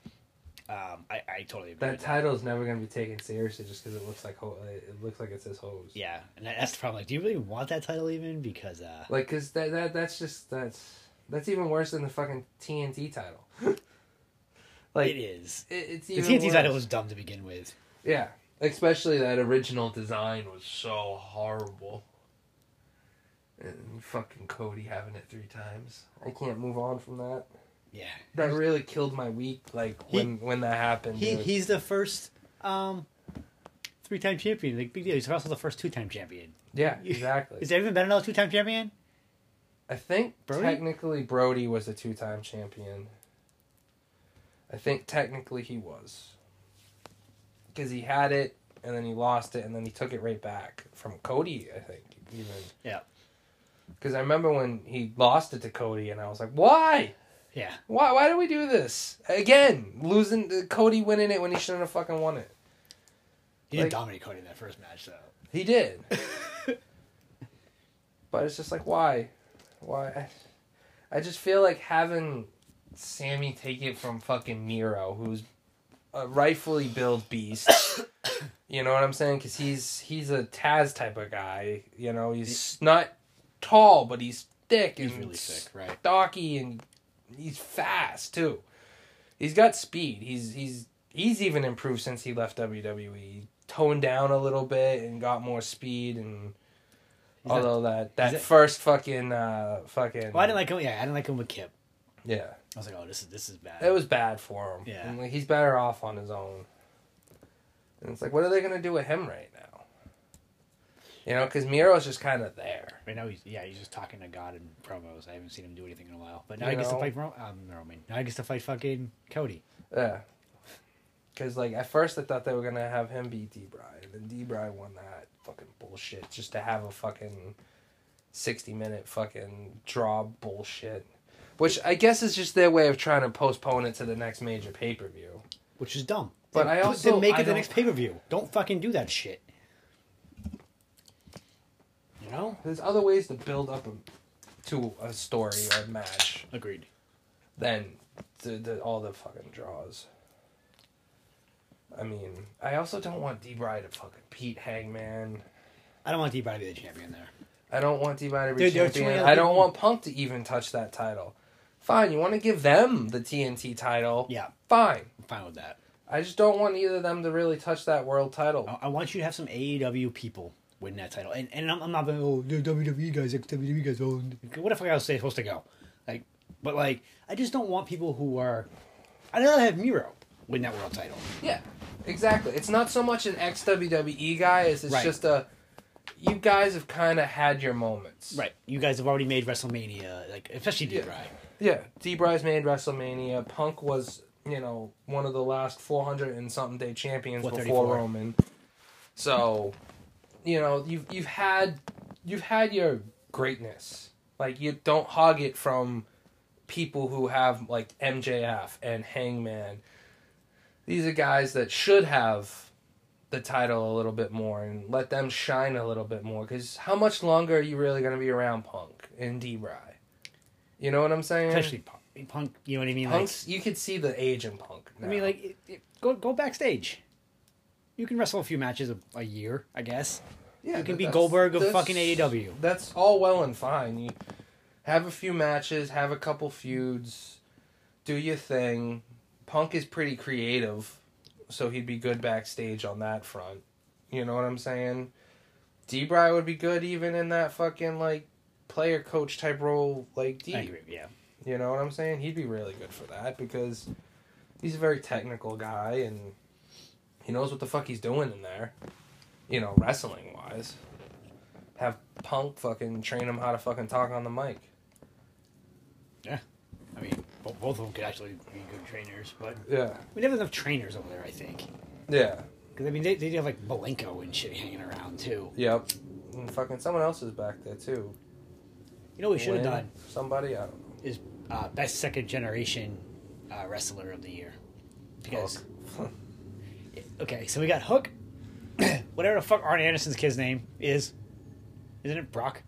Um, I, I totally agree.
That
with
title is never going to be taken seriously just because it looks like ho- it looks like it says hose.
Yeah, and that- that's the problem. Like, do you really want that title even? Because uh,
Like, cause that that that's just that's that's even worse than the fucking TNT title. like
it is.
it- it's
The
even
TNT
worse.
title was dumb to begin with.
yeah, especially that original design was so horrible. And fucking Cody having it three times. I can't move on from that.
Yeah,
That really killed my week. Like
He-
when when that happened.
he
dude.
he's the first um, three time champion. Like big deal. He's also the first two time champion.
yeah, exactly.
Is there even been another two time champion?
I think
Brody?
technically Brody was a two time champion. I think technically he was. Because he had it, and then he lost it, and then he took it right back from Cody, I think, even.
Yeah.
Because I remember when he lost it to Cody, and I was like, why?
Yeah,
Why, why do we do this? Again, losing Cody winning it when he shouldn't have fucking won it.
he did
Like-
not dominate Cody in that first match though.
He did. but it's just like why? Why I just feel like having Sammy take it from fucking Miro who's a rightfully billed beast. you know what I'm saying? Cuz he's he's a Taz type of guy, you know, he's not tall but he's thick and
He's really sick, right?
stocky and he's fast too. He's got speed. He's he's he's even improved since he left WWE. He toned down a little bit and got more speed and
He's not-
although that that
he's not-
first fucking uh fucking
Well, I didn't like him. Yeah, I didn't like him with Kip.
yeah
I was like, oh, this is this is bad.
it was bad for him.
Yeah.
And, like, he's better off on his own. And it's like, what are they gonna do with him right now? You know, because Miro's just kind of there.
Right now, he's yeah, he's just talking to God in promos. I haven't seen him do anything in a while. But now
You
he gets
know?
to fight Ro- um, Roman. Now he gets to fight fucking Cody.
Yeah. Because like at first I thought they were gonna have him beat D. Bry, and then D. Bry won that fucking bullshit just to have a fucking sixty minute fucking draw bullshit, which I guess is just their way of trying to postpone it to the next major pay per view.
which is dumb.
But
They
I
put-
also-
they make
I
it the
don't-
next pay per view. Don't fucking do that shit. You know?
There's other ways to build up a, to a story or a match
Agreed.
than the, the, all the fucking draws. I mean, I also don't want D. Bry to fucking Pete Hangman.
I don't want D Body to be the champion there.
I don't want D-Body to be
Dude, there are too many
champion.
other
I don't
people.
want Punk to even touch that title. Fine, you want to give them the TNT title.
Yeah,
Fine.
I'm fine with that.
I just don't want either of them to really touch that world title.
I, I want you to have some AEW people win that title. And and I'm, I'm not being oh the WWE guys, ex WWE guys. Oh, what if I was supposed to go? Like, but like, I just don't want people who are. I'd rather have Miro win that world title.
Yeah, exactly. It's not so much an ex WWE guy as it's
Right.
just a. You guys have kind of had your moments.
Right. You guys have already made WrestleMania, like especially D.
Yeah.
Bry.
Yeah, D. Bryce made WrestleMania. Punk was, you know, one of the last 400 and something day champions before
434.
Roman. So, you know, you've you've had you've had your greatness. Like you don't hog it from people who have like MJF and Hangman. These are guys that should have the title a little bit more and let them shine a little bit more cuz how much longer are you really going to be around Punk and D-Bry? You know what I'm saying?
Especially Punk. Punk. You know what I mean? Like,
Punk's, you could see the age in Punk.
I mean,
now.
like, it, it, go go backstage. You can wrestle a few matches a, a year, I guess.
yeah,
you can
but
be
that's-
Goldberg of
that's-
fucking E AEW.
That's all well and fine. You have a few matches, have a couple feuds, do your thing. Punk is pretty creative, so he'd be good backstage on that front. You know what I'm saying? Debray would be good even in that fucking like player coach type role like D.
I agree. Yeah.
You know what I'm saying? He'd be really good for that because he's a very technical guy and he knows what the fuck he's doing in there. You know, wrestling wise. Have Punk fucking train him how to fucking talk on the mic.
I mean, bo- both of them could actually be good trainers, but
Yeah.
we never have enough trainers over there. I think
Yeah.
because I mean they they do have like Malenko and shit hanging around too.
Yep. And fucking someone else is back there too.
You know what we should have
Lynn,
done
Somebody, I don't know.
is uh, best second generation uh, wrestler of the year because
Hook.
okay, so we got Hook, whatever the fuck Arn Anderson's kid's name is, isn't it Brock?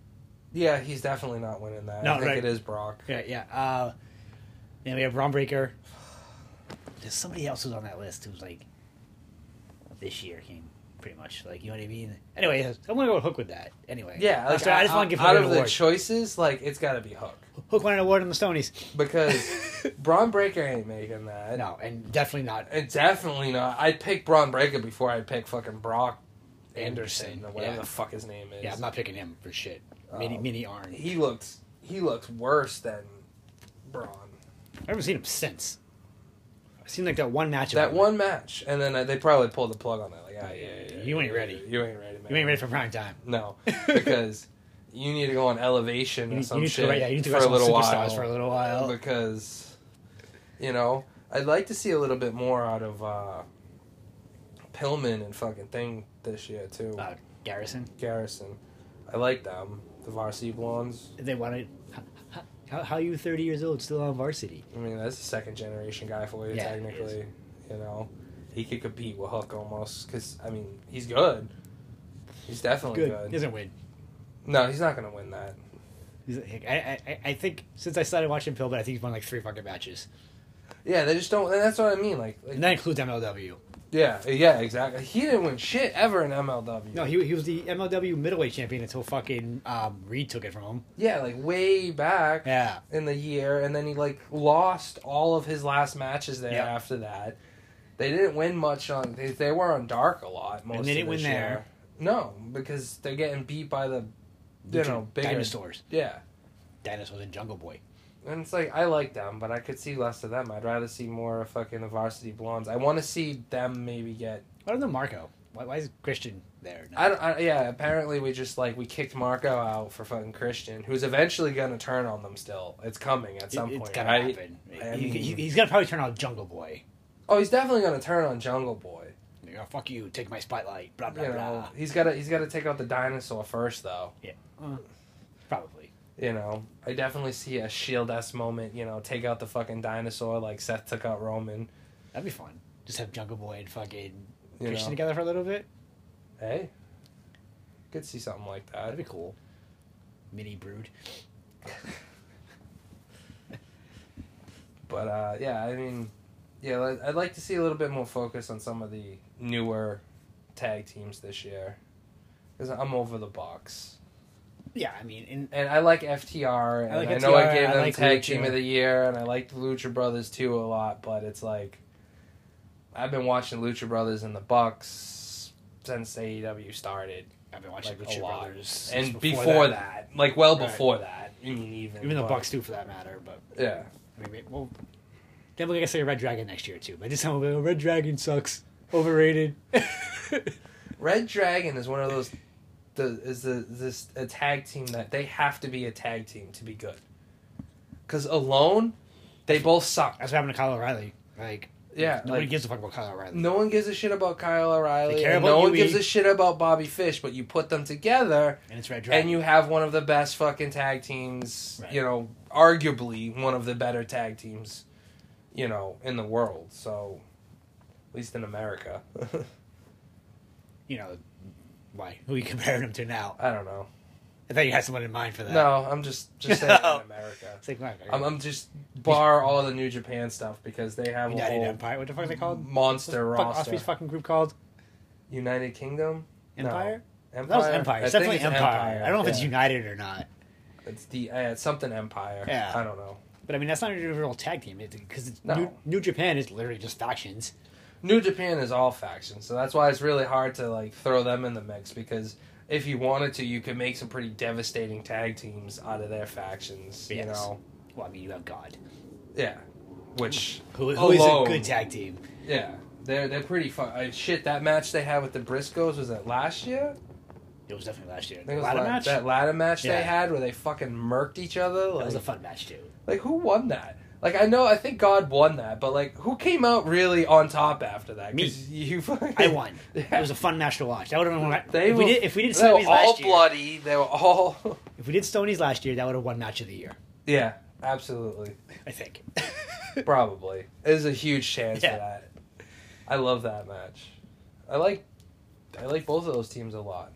yeah, he's definitely not winning that.
No,
I think
right.
it is Brock.
Yeah, yeah. Uh, then we have Ron Breaker. There's somebody else who's on that list who's like this year came pretty much like you know what I mean. Anyway, I'm gonna go with Hook with that. Anyway,
Yeah, like,
Sorry, I, just want to give
out
Hook an
of the
award.
choices, like it's got to be Hook
Hook won an award in the Stonies.
because Braun Breaker ain't making that.
No, and definitely not.
And definitely not. I'd pick Braun Breaker before I'd pick fucking Brock Anderson,
Anderson,
or whatever
yeah.
the fuck his name is.
Yeah, I'm not picking him for shit. Mini,
Um,
mini Arn.
He looked he looked worse than Braun.
I haven't seen him since. I've seen like that one match. of
That
him.
one match, and then uh, they probably pulled the plug on that. Like, ah, yeah, yeah, yeah,
You ain't
yeah,
ready.
yeah, You ain't ready, man.
You ain't ready for prime time.
No, because you need to go on elevation
You,
or
need- you
some
need to
shit
go, yeah, you need to
for a
wrestle
little
superstars
while.
for a little while.
because you know I'd like to see a little bit more out of uh, Pillman and fucking thing this year too.
Uh, Garrison.
Garrison. I like them. The varsity blondes.
they wanted how, how are you 30 years old still on varsity
I mean, that's a second generation guy for you,
Yeah, he
technically. You know, he could compete with Hook almost because I mean he's good. He's definitely
good
good.
he doesn't win
No, he's not gonna win that.
He's- I, I, I- I think since i started watching Pillman, i think he's won like three fucking matches
Yeah, they just don't. And that's what I mean. Like, like
and that includes mlw
yeah, yeah, exactly. He didn't win shit ever in MLW.
no he, he was the mlw middleweight champion until fucking um, reed took it from him
yeah, like way back.
yeah
in the year, and then he like lost all of his last matches there
Yeah.
after that. They didn't win much on. They, they were on dark a lot. Most
And they
of
didn't
this
win
year.
there.
No, because they're getting beat by the, you know, bigger
dinosaurs
Yeah,
dinosaurs and jungle boy
and it's like I like them, but I could see less of them. I'd rather see more of fucking the Varsity Blondes. I want to see them maybe get.
what about marco why, why is christian there now?
I, don't, I yeah. Apparently, we just like we kicked Marco out for fucking Christian, who's eventually gonna turn on them. Still, it's coming at some
It-
point.
it's gotta
right?
happen
I
he,
mean-
he, he's gonna probably turn out jungle boy
Oh, he's definitely gonna turn on Jungle Boy.
You know, fuck you, take my spotlight, blah
You
blah
know,
blah.
he's gotta he's gotta take out the dinosaur first, though.
Yeah, uh, probably.
You know, I definitely see a Shield S moment. You know, take out the fucking dinosaur like Seth took out Roman.
That'd be fun. Just have Jungle Boy and fucking
You
Christian
know.
together for a little bit.
Hey, could see something like that.
That'd be cool. Mini brood.
But uh, yeah, I mean, yeah, li- I'd like to see a little bit more focus on some of the newer tag teams this year, because I'm over the box,
Yeah, I mean, and
and I like FTR, and I,
I like
know I
FTR,
gave
I
them
like
tag
Lucha.
team of the year, and I liked the Lucha Brothers too a lot, but it's like I've been watching Lucha Brothers and the Bucks since AEW started,
I've been watching
like, a
Lucha
lot.
Brothers since
and before, that. like well
Right.
before that, I mean, even
even the
but-
Bucks too, for that matter. But
yeah.
I mean, well, then we're gonna say Red Dragon next year too. But this time we'll be like, Red Dragon sucks, overrated.
Red Dragon is one of those. The is the this a tag team that they have to be a tag team to be good. Because alone, they both suck.
That's what happened to Kyle O'Reilly. Like,
Yeah,
nobody
like-
gives a fuck about Kyle O'Reilly.
No one gives a shit about Kyle O'Reilly.
They care
and
about
no one
UE.
gives a shit about Bobby Fish. But you put them together,
and it's Red Dragon.
and you have one of the best fucking tag teams.
Right.
You know, arguably one of the better tag teams. You know, in the world. So, at least in America,
you know, why? Who are you comparing him to now?
I don't know.
I thought you had someone in mind for that.
No, I'm just just saying in
No.
America.
It's like, like
I'm, I'm just bar all the New Japan stuff because they have a
United
whole
Empire. What the fuck is it called?
monster
What's the fuck
roster.
Osprey's fucking group called
United Kingdom, No.
Empire.
Empire.
That was Empire. It's
I think
definitely Empire. I don't know if it's United or not,
It's the uh, it's something Empire.
Yeah.
I don't know.
but I mean that's not a real tag team because
No.
New, New Japan is literally just factions.
New Japan is all factions, so that's why it's really hard to like throw them in the mix because if you wanted to, you could make some pretty devastating tag teams out of their factions. You
Yes.
know,
Well, I mean you have God,
yeah. Which
who, who is a
alone-
good tag team.
Yeah, they're they're pretty fun. Uh, shit, that match they had with the Briscoes was that last year.
It was definitely last year.
I think it was
Ladder
la-
match.
That ladder match
Yeah.
they had where they fucking murked each other.
that
Like,
was a fun match too.
like who won that? Like I know I think God won that, but like who came out really on top after that?
Me.
'Cause You fucking,
I won.
Yeah.
It was a fun match to watch. That would have been one.
They
if
were,
we did if we did
they were
Stoney's
all
last year.
bloody. They were all
If we did Stoney's last year, that would have won match of the year.
yeah, absolutely,
I think.
probably. There's a huge chance
Yeah.
for that. I love that match. I like I like both of those teams a lot.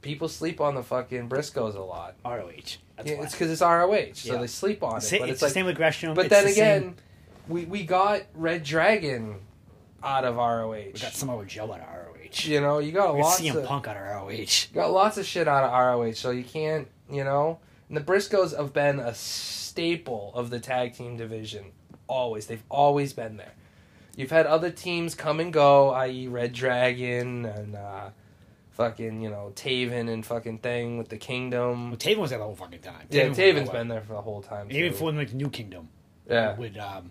People sleep on the fucking Briscoes a lot.
ROH. That's
Yeah,
why.
it's because it's ROH, so
Yeah.
they sleep on it.
Sa-
but
it's,
it's
the
like
same with Gresham.
But
it's
then
the
again,
same-
we we got Red Dragon out of ROH.
we got Samoa Joe out of ROH.
you know, you got
we got
lots
CM
of
Punk out of ROH.
you got lots of shit out of ROH, so you can't, you know. And the Briscoes have been a staple of the tag team division always. They've always been there. You've had other teams come and go, i.e. Red Dragon and uh fucking, you know, Taven and fucking thing with the Kingdom.
Well, Taven was there the whole fucking time.
yeah,
was
Taven's
there.
been there for the whole time.
And even
too.
for like New Kingdom
yeah.
with um,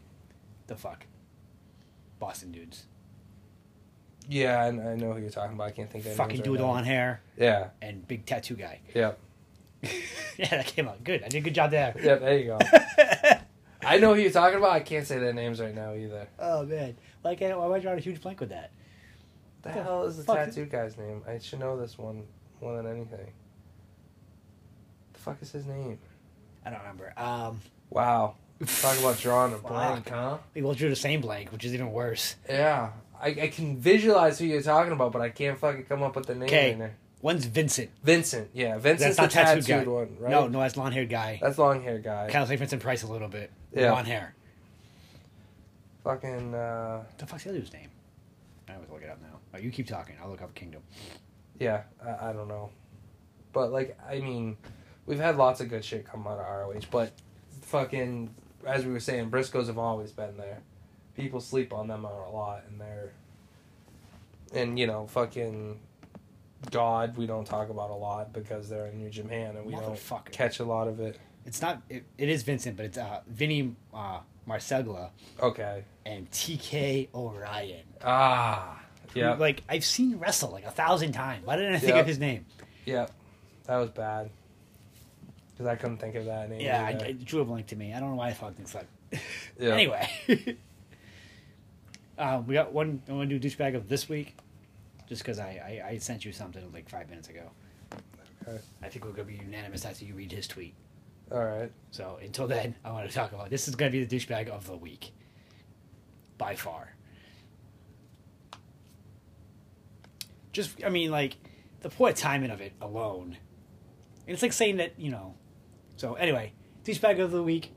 the fuck, Boston dudes.
Yeah, I, I know who you're talking about. I can't think of their
fucking
names
dude
right
with
now.
long hair
Yeah,
and big tattoo guy.
yeah,
yeah, that came out good. I did a good job there.
yeah. There you go. I know who you're talking about. I can't say their names right now either.
oh man, why can't why would I draw a huge blank with that?
The
The
hell is the
fuck-
tattoo guy's name? I should know this one more than anything. The fuck is his name?
I don't remember. Um,
Wow. Talk about drawing a blank,
Fuck.
huh?
we both drew the same blank, which is even worse.
Yeah. I, I can visualize who you're talking about, but I can't fucking come up with the name.
Okay.
right now.
One's Vincent.
Vincent. Yeah,
That's
Vincent's
not
the
tattooed,
tattooed,
guy.
one, right?
No, no, that's long haired guy.
That's long hair guy.
Kind of like Vincent Price a little bit.
Yeah.
Long hair.
Fucking. uh...
What the fuck's the other dude's name? I always look it up now. Oh, you keep talking. I'll look up Kingdom.
Yeah, I, I don't know. But, like, I mean, we've had lots of good shit come out of ROH, but fucking, as we were saying, Briscoes have always been there. People sleep on them a lot, and they're. And, you know, fucking God, we don't talk about a lot because they're in New Japan and we don't
Motherfucker.
catch a lot of it.
It's not. It, it is Vincent, but it's uh, Vinny uh, Marseglia
Okay.
and TK Orion.
Ah.
who,
Yeah.
Like I've seen wrestle like a thousand times. Why didn't I think
Yeah.
of his name?
Yeah. That was bad. Because I couldn't think of that name.
Yeah,
either.
I, I drew a blank to me. I don't know why I thought things like.
Yeah.
Anyway. Um, we got one. I want to do douchebag of this week, just because I, I I sent you something like five minutes ago.
Okay.
I think we're gonna be unanimous after you read his tweet.
All right.
So until then, I want to talk about this is gonna be the douchebag of the week, by far. Just I mean like the poor timing of it alone, and it's like saying that you know. So anyway, douchebag of the week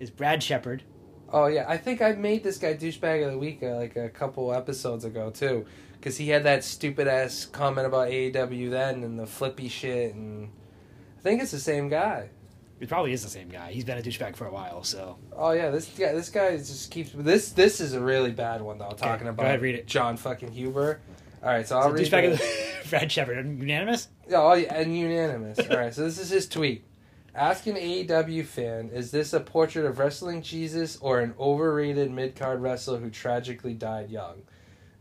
is Brad Shepard.
Oh yeah, I think I made this guy douchebag of the week uh, like a couple episodes ago too, because he had that stupid ass comment about AEW then and the flippy shit, and I think it's the same guy.
It probably is the same guy. He's been a douchebag for a while, so
Oh yeah, this guy this guy just keeps this this is a really bad one though. Talking
go
about
ahead, read it.
John fucking Huber. All right, so I'll
so
read.
douchebag
the-
of the Brad Shepard unanimous.
Oh, Yeah, all, and unanimous. All right, so this is his tweet. Ask an AEW fan, is this a portrait of wrestling Jesus or an overrated mid card wrestler who tragically died young?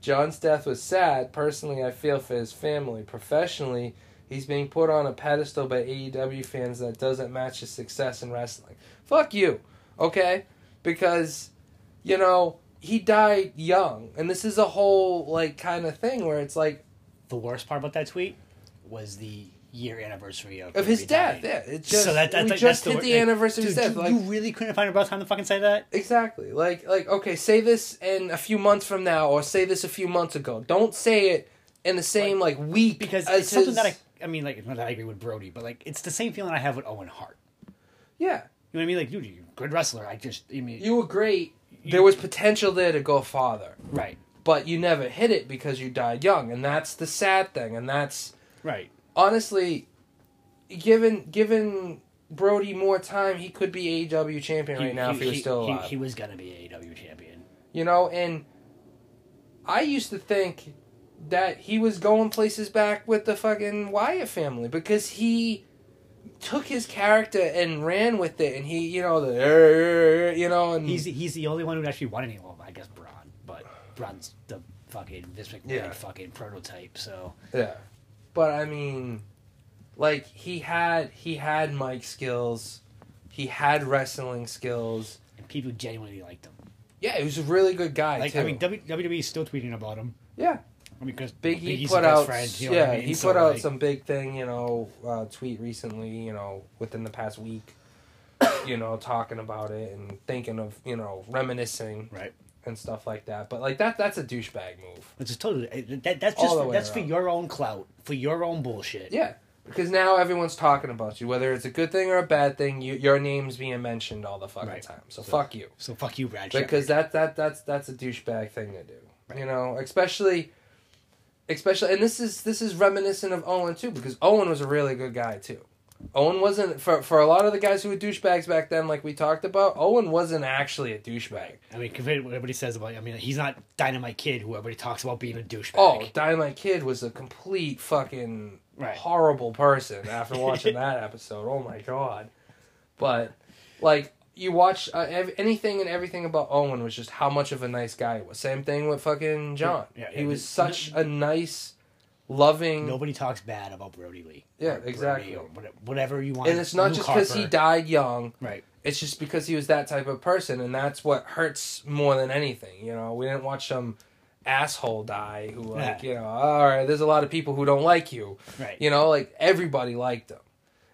John's death was sad. Personally, I feel for his family. Professionally, he's being put on a pedestal by AEW fans that doesn't match his success in wrestling. Fuck you, okay? Because, you know, he died young. And this is a whole, like, kind of thing where it's like,
The worst part about that tweet was the year anniversary of,
of his
Kobe
death.
dying.
Yeah, it's just
so that, that's
we
like,
just
that's
hit
wor-
the,
like,
anniversary of
dude,
his death.
you-
Like
you really couldn't find a better time to fucking say that.
exactly, like like okay, say this in a few months from now, or say this a few months ago. Don't say it in the same like, week
because
as
it's something
his-
that I, I mean, like not that I agree with Brody, but like it's the same feeling I have with Owen Hart.
yeah
You know what I mean? Like, dude, you're a good wrestler. I just, I mean,
you were great. There was potential there to go farther,
right,
but you never hit it because you died young, and that's the sad thing. And that's
right.
honestly, given given Brody more time, he could be AEW champion right now if he was still alive.
He, he was gonna be AEW champion.
You know, and I used to think that he was going places back with the fucking Wyatt family because he took his character and ran with it, and he, you know, the "Er, er, er," you know, and
He's he's the only one who actually won any of them. I guess Braun, but Braun's the fucking Vince McMahon
Yeah.
fucking prototype. So
yeah. But I mean, like he had he had Mike skills, he had wrestling skills.
and people genuinely liked him.
Yeah, he was a really good guy
Like
too.
I mean, W- WWE is still tweeting about him.
yeah.
I mean, because
Big E
Biggie's
put
best
out,
friend, you know what
yeah,
I mean?
he
So,
put out
like,
some big thing, you know, uh, tweet recently, you know, within the past week, you know, talking about it and thinking of, you know, reminiscing
right.
and stuff like that. But like that, that's a douchebag move.
Which is totally that, that's
All
just
the way
that's for
around.
your own clout, for your own bullshit.
Yeah, because now everyone's talking about you, whether it's a good thing or a bad thing. You, your name's being mentioned all the fucking
Right.
time. So, fuck you,
So fuck you, Brad. Shepard.
because that that that's that's a douchebag thing to do. You know, especially. Especially, and this is this is reminiscent of Owen too, because Owen was a really good guy too. Owen wasn't for for a lot of the guys who were douchebags back then, like we talked about. Owen wasn't actually a douchebag.
I mean, compared to what everybody says about, I mean, he's not Dynamite Kid, who everybody talks about being a douchebag.
Oh, Dynamite Kid was a complete fucking
Right.
horrible person after watching that episode. Oh my god! But like you watch uh, ev- anything and everything about Owen was just how much of a nice guy he was. Same thing with fucking John.
Yeah, yeah,
he was
yeah.
such a nice, loving.
nobody talks bad about Brody Lee.
Yeah,
Or Brody
exactly.
or whate- whatever you want.
and it's not
Luke
just because he
Harper.
died young.
Right.
it's just because he was that type of person and that's what hurts more than anything you know we didn't watch some asshole die who like
Yeah.
you know all right there's a lot of people who don't like you
Right.
you know like everybody liked him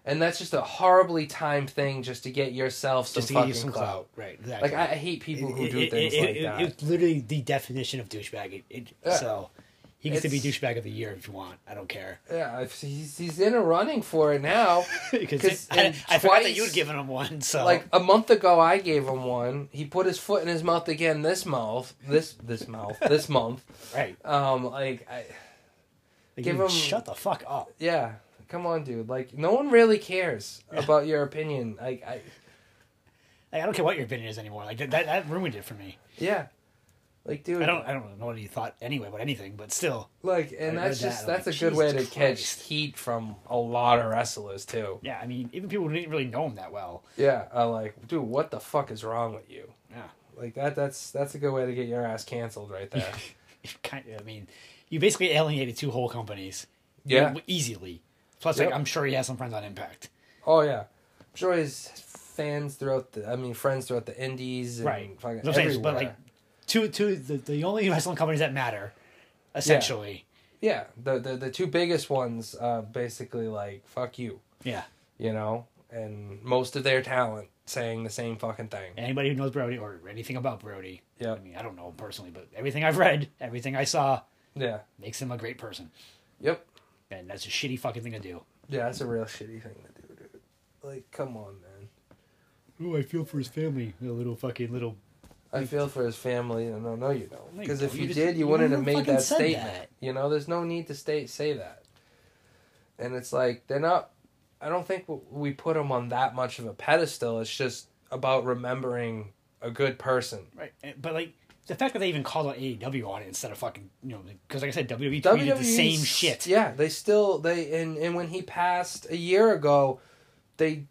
and that's just a horribly timed thing just to get yourself some
Just to give
fucking
you some
clout.
clout. Right. Exactly.
like I, I hate people who
It-
do
it-
things
it-
like
it-
that
It's literally the definition of douchebag. It, it,
Yeah.
So he gets to be
It's-
douchebag of the year if you want. I don't care.
yeah I've- he's, he's in a running for it now
Because
'Cause
I,
in
I forgot that
twice-
you'd given him one. So
like a month ago I gave him one he put his foot in his mouth again this month this this mouth this month
right.
um like I
Like,
give
dude,
him-
shut the fuck up.
Yeah, come on, dude. Like, no one really cares about your opinion. Like, I
Like, I don't care what your opinion is anymore. Like that, that, that ruined it for me.
yeah, like, dude.
I don't, I don't know what he thought anyway about anything, but still,
like, and
I read
that's just
that, I'm
that's
like,
a good way to
Jesus
catch
Christ.
heat from a lot of wrestlers too.
Yeah, I mean, even people who didn't really know him that well.
Yeah, I like, dude, what the fuck is wrong with you?
Yeah,
Like that. That's that's a good way to get your ass canceled right there.
kind I mean, you basically alienated two whole companies.
Yeah.
easily. Plus,
Yep.
like, I'm sure he has some friends on Impact.
oh yeah, I'm sure his fans throughout the. I mean, friends throughout the Indies and
Right.
fucking
That's what I'm saying, but
everywhere.
like, two two the, the only wrestling companies that matter, essentially.
Yeah, the the, the two biggest ones uh, basically like fuck you,
Yeah.
you know, and most of their talent saying the same fucking thing.
Anybody who knows Brody or anything about Brody,
Yeah.
I mean, I don't know him personally, but everything I've read, everything I saw,
Yeah.
makes him a great person.
Yep.
And that's a shitty fucking thing to do.
Yeah, that's a real shitty thing to do, dude. Like, come on, man.
Oh, I feel for his family. A little fucking little.
I feel for his family, and no, no, you don't.
No, you
Because
don't.
if
You
you
just-
did, you
you
wouldn't
wouldn't
have
have
made
fucking
that
said
statement.
that.
You know, there's no need to state say that. And it's like they're not. I don't think w- we put him on that much of a pedestal. It's just about remembering a good person.
Right. And- But like the fact that they even called out AEW on it instead of fucking you know because like I said WWE tweeted the
WWE's
same shit.
E Yeah, they still they and and when he passed a year ago, they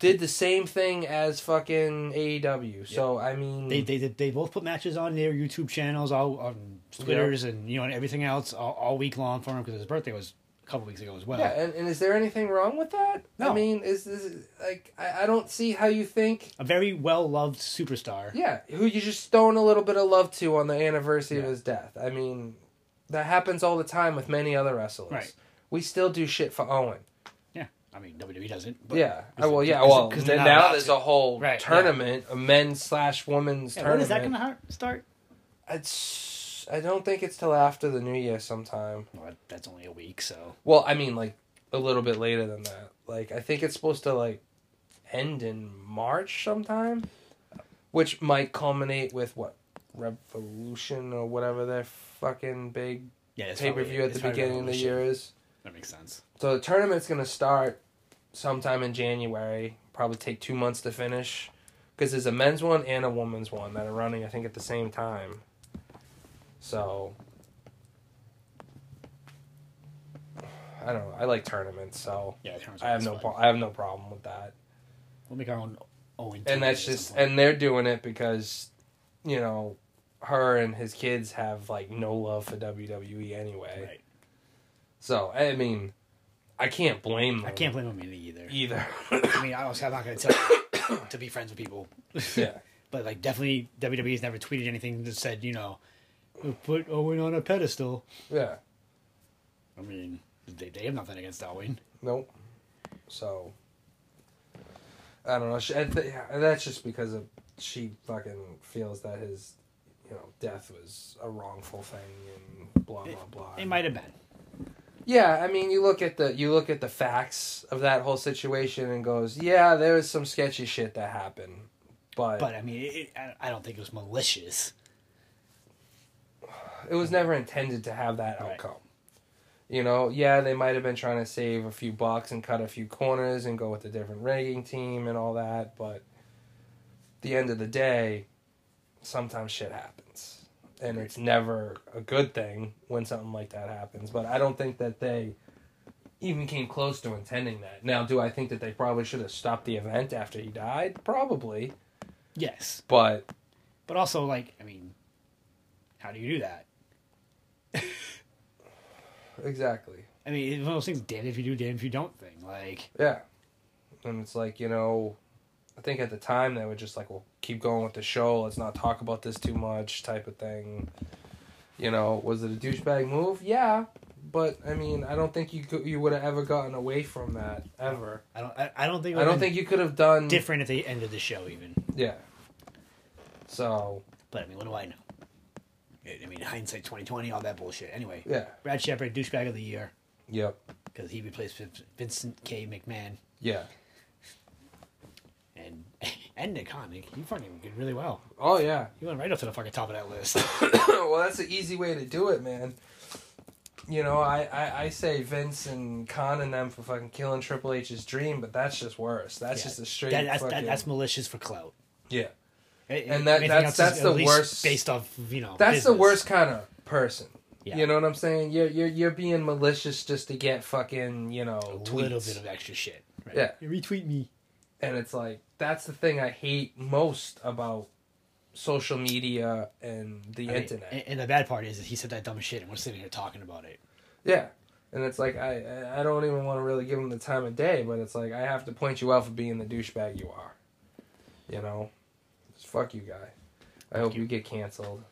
did the same thing as fucking AEW. So I mean,
They, they they both put matches on their YouTube channels, all on Twitters, and you know, and everything else, all, all week long for him because his birthday was a couple weeks ago as well.
Yeah, and, and is there anything wrong with that? I
No.
mean, is this like I, I don't see how you think
A very well loved superstar.
yeah, who you just thrown a little bit of love to on the anniversary of
Yeah.
his death. I mean, that happens all the time with many other wrestlers.
Right.
We still do shit for Owen.
Yeah. I mean WWE doesn't.
yeah.
Because-
well, yeah.
because-
Well,
because they're
then
not
now
allowed
there's
to.
a whole
Right, yeah.
tournament, a men's slash women's
Yeah, when is
tournament.
that going to start?
It's, I don't think it's till after the New Year sometime.
Well, that- that's only a week, so
Well, I mean, like a little bit later than that. Like I think it's supposed to like end in March sometime, which might culminate with what Revolution or whatever their fucking big
yeah. it's
pay per
probably-
view at
it's
the
probably
beginning of the
Revolution.
year is.
That makes sense.
So the tournament's gonna start sometime in January. Probably take two months to finish, because there's a men's one and a women's one that are running. I think at the same time. So. I don't know. I like tournaments, so
Yeah, Terrence
I have
Ross
no
is
pro-
fun.
I have no problem with that.
We'll make our own Owen.
And that's just and they're doing it because you know her and his kids have like no love for WWE anyway.
right.
So I mean, I can't blame them.
I can't blame him either.
either.
I mean, I was, I'm not going to tell you to be friends with people.
yeah.
But like, definitely, WWE's never tweeted anything that said, you know, "We put Owen on a pedestal.
Yeah.
I mean, they, they have nothing against Owen.
Nope. So I don't know. She, I th- yeah, that's just because of she fucking feels that his you know death was a wrongful thing and blah blah blah.
It might have been.
Yeah, I mean, you look at the you look at the facts of that whole situation and goes, yeah, there was some sketchy shit that happened, but,
But I mean, it, it, I- I don't think it was malicious.
it was never intended to have that
Right.
outcome. You know, yeah, they might have been trying to save a few bucks and cut a few corners and go with a different ragging team and all that, but the end of the day, sometimes shit happens. And it's never a good thing when something like that happens. But I don't think that they even came close to intending that. Now, do I think that they probably should have stopped the event after he died? Probably.
Yes.
But
But also, like, I mean, how do you do that?
exactly.
I mean, it's one of those things, damn if you do, damn if you don't thing. Like,
Yeah. And it's like, you know, I think at the time they were just like, well, keep going with the show. Let's not talk about this too much type of thing. You know, was it a douchebag move? Yeah. But, I mean, I don't think you could, you would have ever gotten away from that, ever.
I don't, I, I don't think. it
I
would've
don't
been
think you could have done.
different at the end of the show, even.
Yeah. So,
But I mean, what do I know? I- I mean, hindsight twenty twenty, all that bullshit. Anyway,
yeah.
Brad Shepard, douchebag of the year,
Yep.
because he replaced Vin- Vincent K. McMahon
Yeah.
and and Nick Khan. He he fucking did really well.
Oh, yeah.
He went right up to the fucking top of that list.
well, that's an easy way to do it, man. You know, I, I, I say Vince and Khan and them for fucking killing Triple H's dream, but that's just worse. That's
Yeah.
just a straight
That- that's, that-
fucking
that's malicious for clout.
yeah.
And
that- that's- that's the worst-
Based off, you know,
That's the
business.
worst kind of person.
Yeah.
You know what I'm saying? You're you're you're being malicious just to get fucking you know
A
tweets,
little bit of extra shit. Right?
Yeah.
You retweet me.
and it's like that's the thing I hate most about social media and the
I mean,
internet.
And, and the bad part is that he said that dumb shit, and we're sitting here talking about it.
Yeah. And it's like I I- I don't even want to really give him the time of day, but it's like I have to point you out for being the douchebag you are. You know? Just fuck you guy. I hope you. get canceled.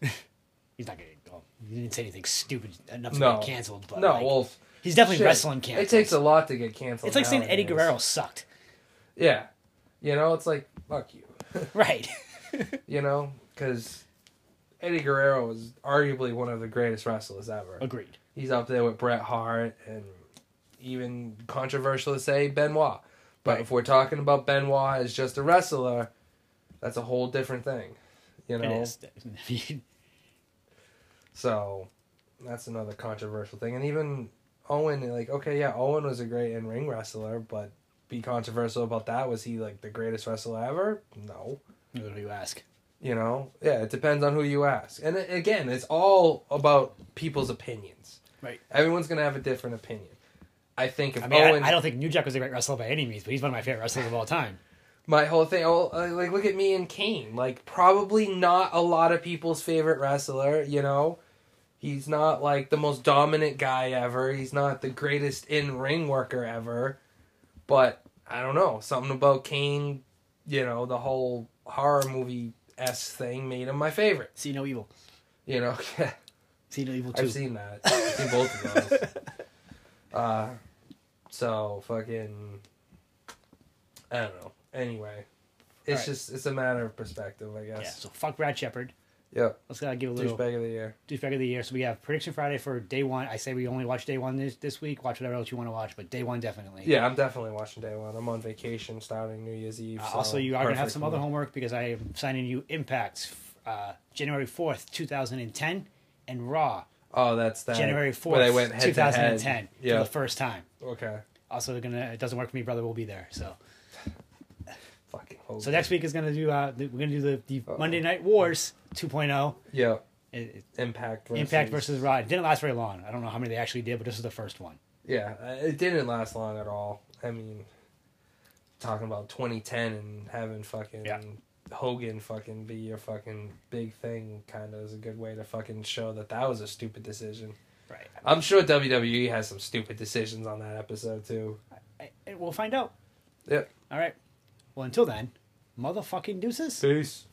He's not gonna. Go. He didn't say anything stupid enough to
No.
get canceled. But
no,
like,
well,
he's definitely
shit,
wrestling canceled.
It takes a lot to get canceled.
It's like saying Eddie
nowadays.
Guerrero sucked.
Yeah. You know, it's like, fuck you.
Right.
You know, because Eddie Guerrero is arguably one of the greatest wrestlers ever.
Agreed.
He's up there with Bret Hart and even controversial to say Benoit. But
Right.
if we're talking about Benoit as just a wrestler, that's a whole different thing. You know?
It is.
So that's another controversial thing. And even Owen, like, okay, yeah, Owen was a great in ring wrestler, but be controversial about that. Was he like the greatest wrestler ever? No.
what do you ask?
You know? Yeah, it depends on who you ask. And a- again, it's all about people's opinions.
Right.
Everyone's going to have a different opinion. I think if
I mean,
Owen,
I, I don't think New Jack was a great wrestler by any means, but he's one of my favorite wrestlers of all time.
my whole thing, oh, uh, like, look at me and Kane. Like, probably not a lot of people's favorite wrestler, you know? He's not like the most dominant guy ever. He's not the greatest in ring worker ever. But I don't know. Something about Kane, you know, the whole horror movie S thing made him my favorite.
See no evil.
You know,
See no evil too.
I've seen that. I've seen both of those. Uh, so fucking. I don't know. Anyway, it's
Alright.
just it's a matter of perspective, I
yeah.
guess.
So fuck Brad Shepard.
Yep.
Let's gotta give a little
Douchebag of the year.
douchebag of the year. So we have prediction Friday for day one. I say we only watch day one this, this week. Watch whatever else you want to watch, but day one definitely.
Yeah, I'm definitely watching day one. I'm on vacation starting New Year's Eve.
Uh,
so
also, you are going to have
perfect
some other
month.
homework because I am signing you Impact uh, January 4th, 2010, and Raw
Oh, that's that.
January
where
4th,
they went head
2010
To head.
for
Yeah.
the first time.
okay.
Also, they're gonna it doesn't work for me, brother. will be there. So,
Fucking. Hope.
so next week is gonna do uh, the, we're gonna do the, the Monday Night Wars 2.0
Yeah.
it, it,
Impact. Versus,
Impact versus Raw. It didn't last very long. I don't know how many they actually did, but this is the first one.
Yeah, uh, it didn't last long at all. I mean, talking about 2010 and having fucking
Yeah.
Hogan fucking be your fucking big thing kind of is a good way to fucking show that that was a stupid decision.
Right.
I'm sure WWE has some stupid decisions on that episode too.
we'll find out.
Yep.
All right. Well, until then, motherfucking deuces.
Peace.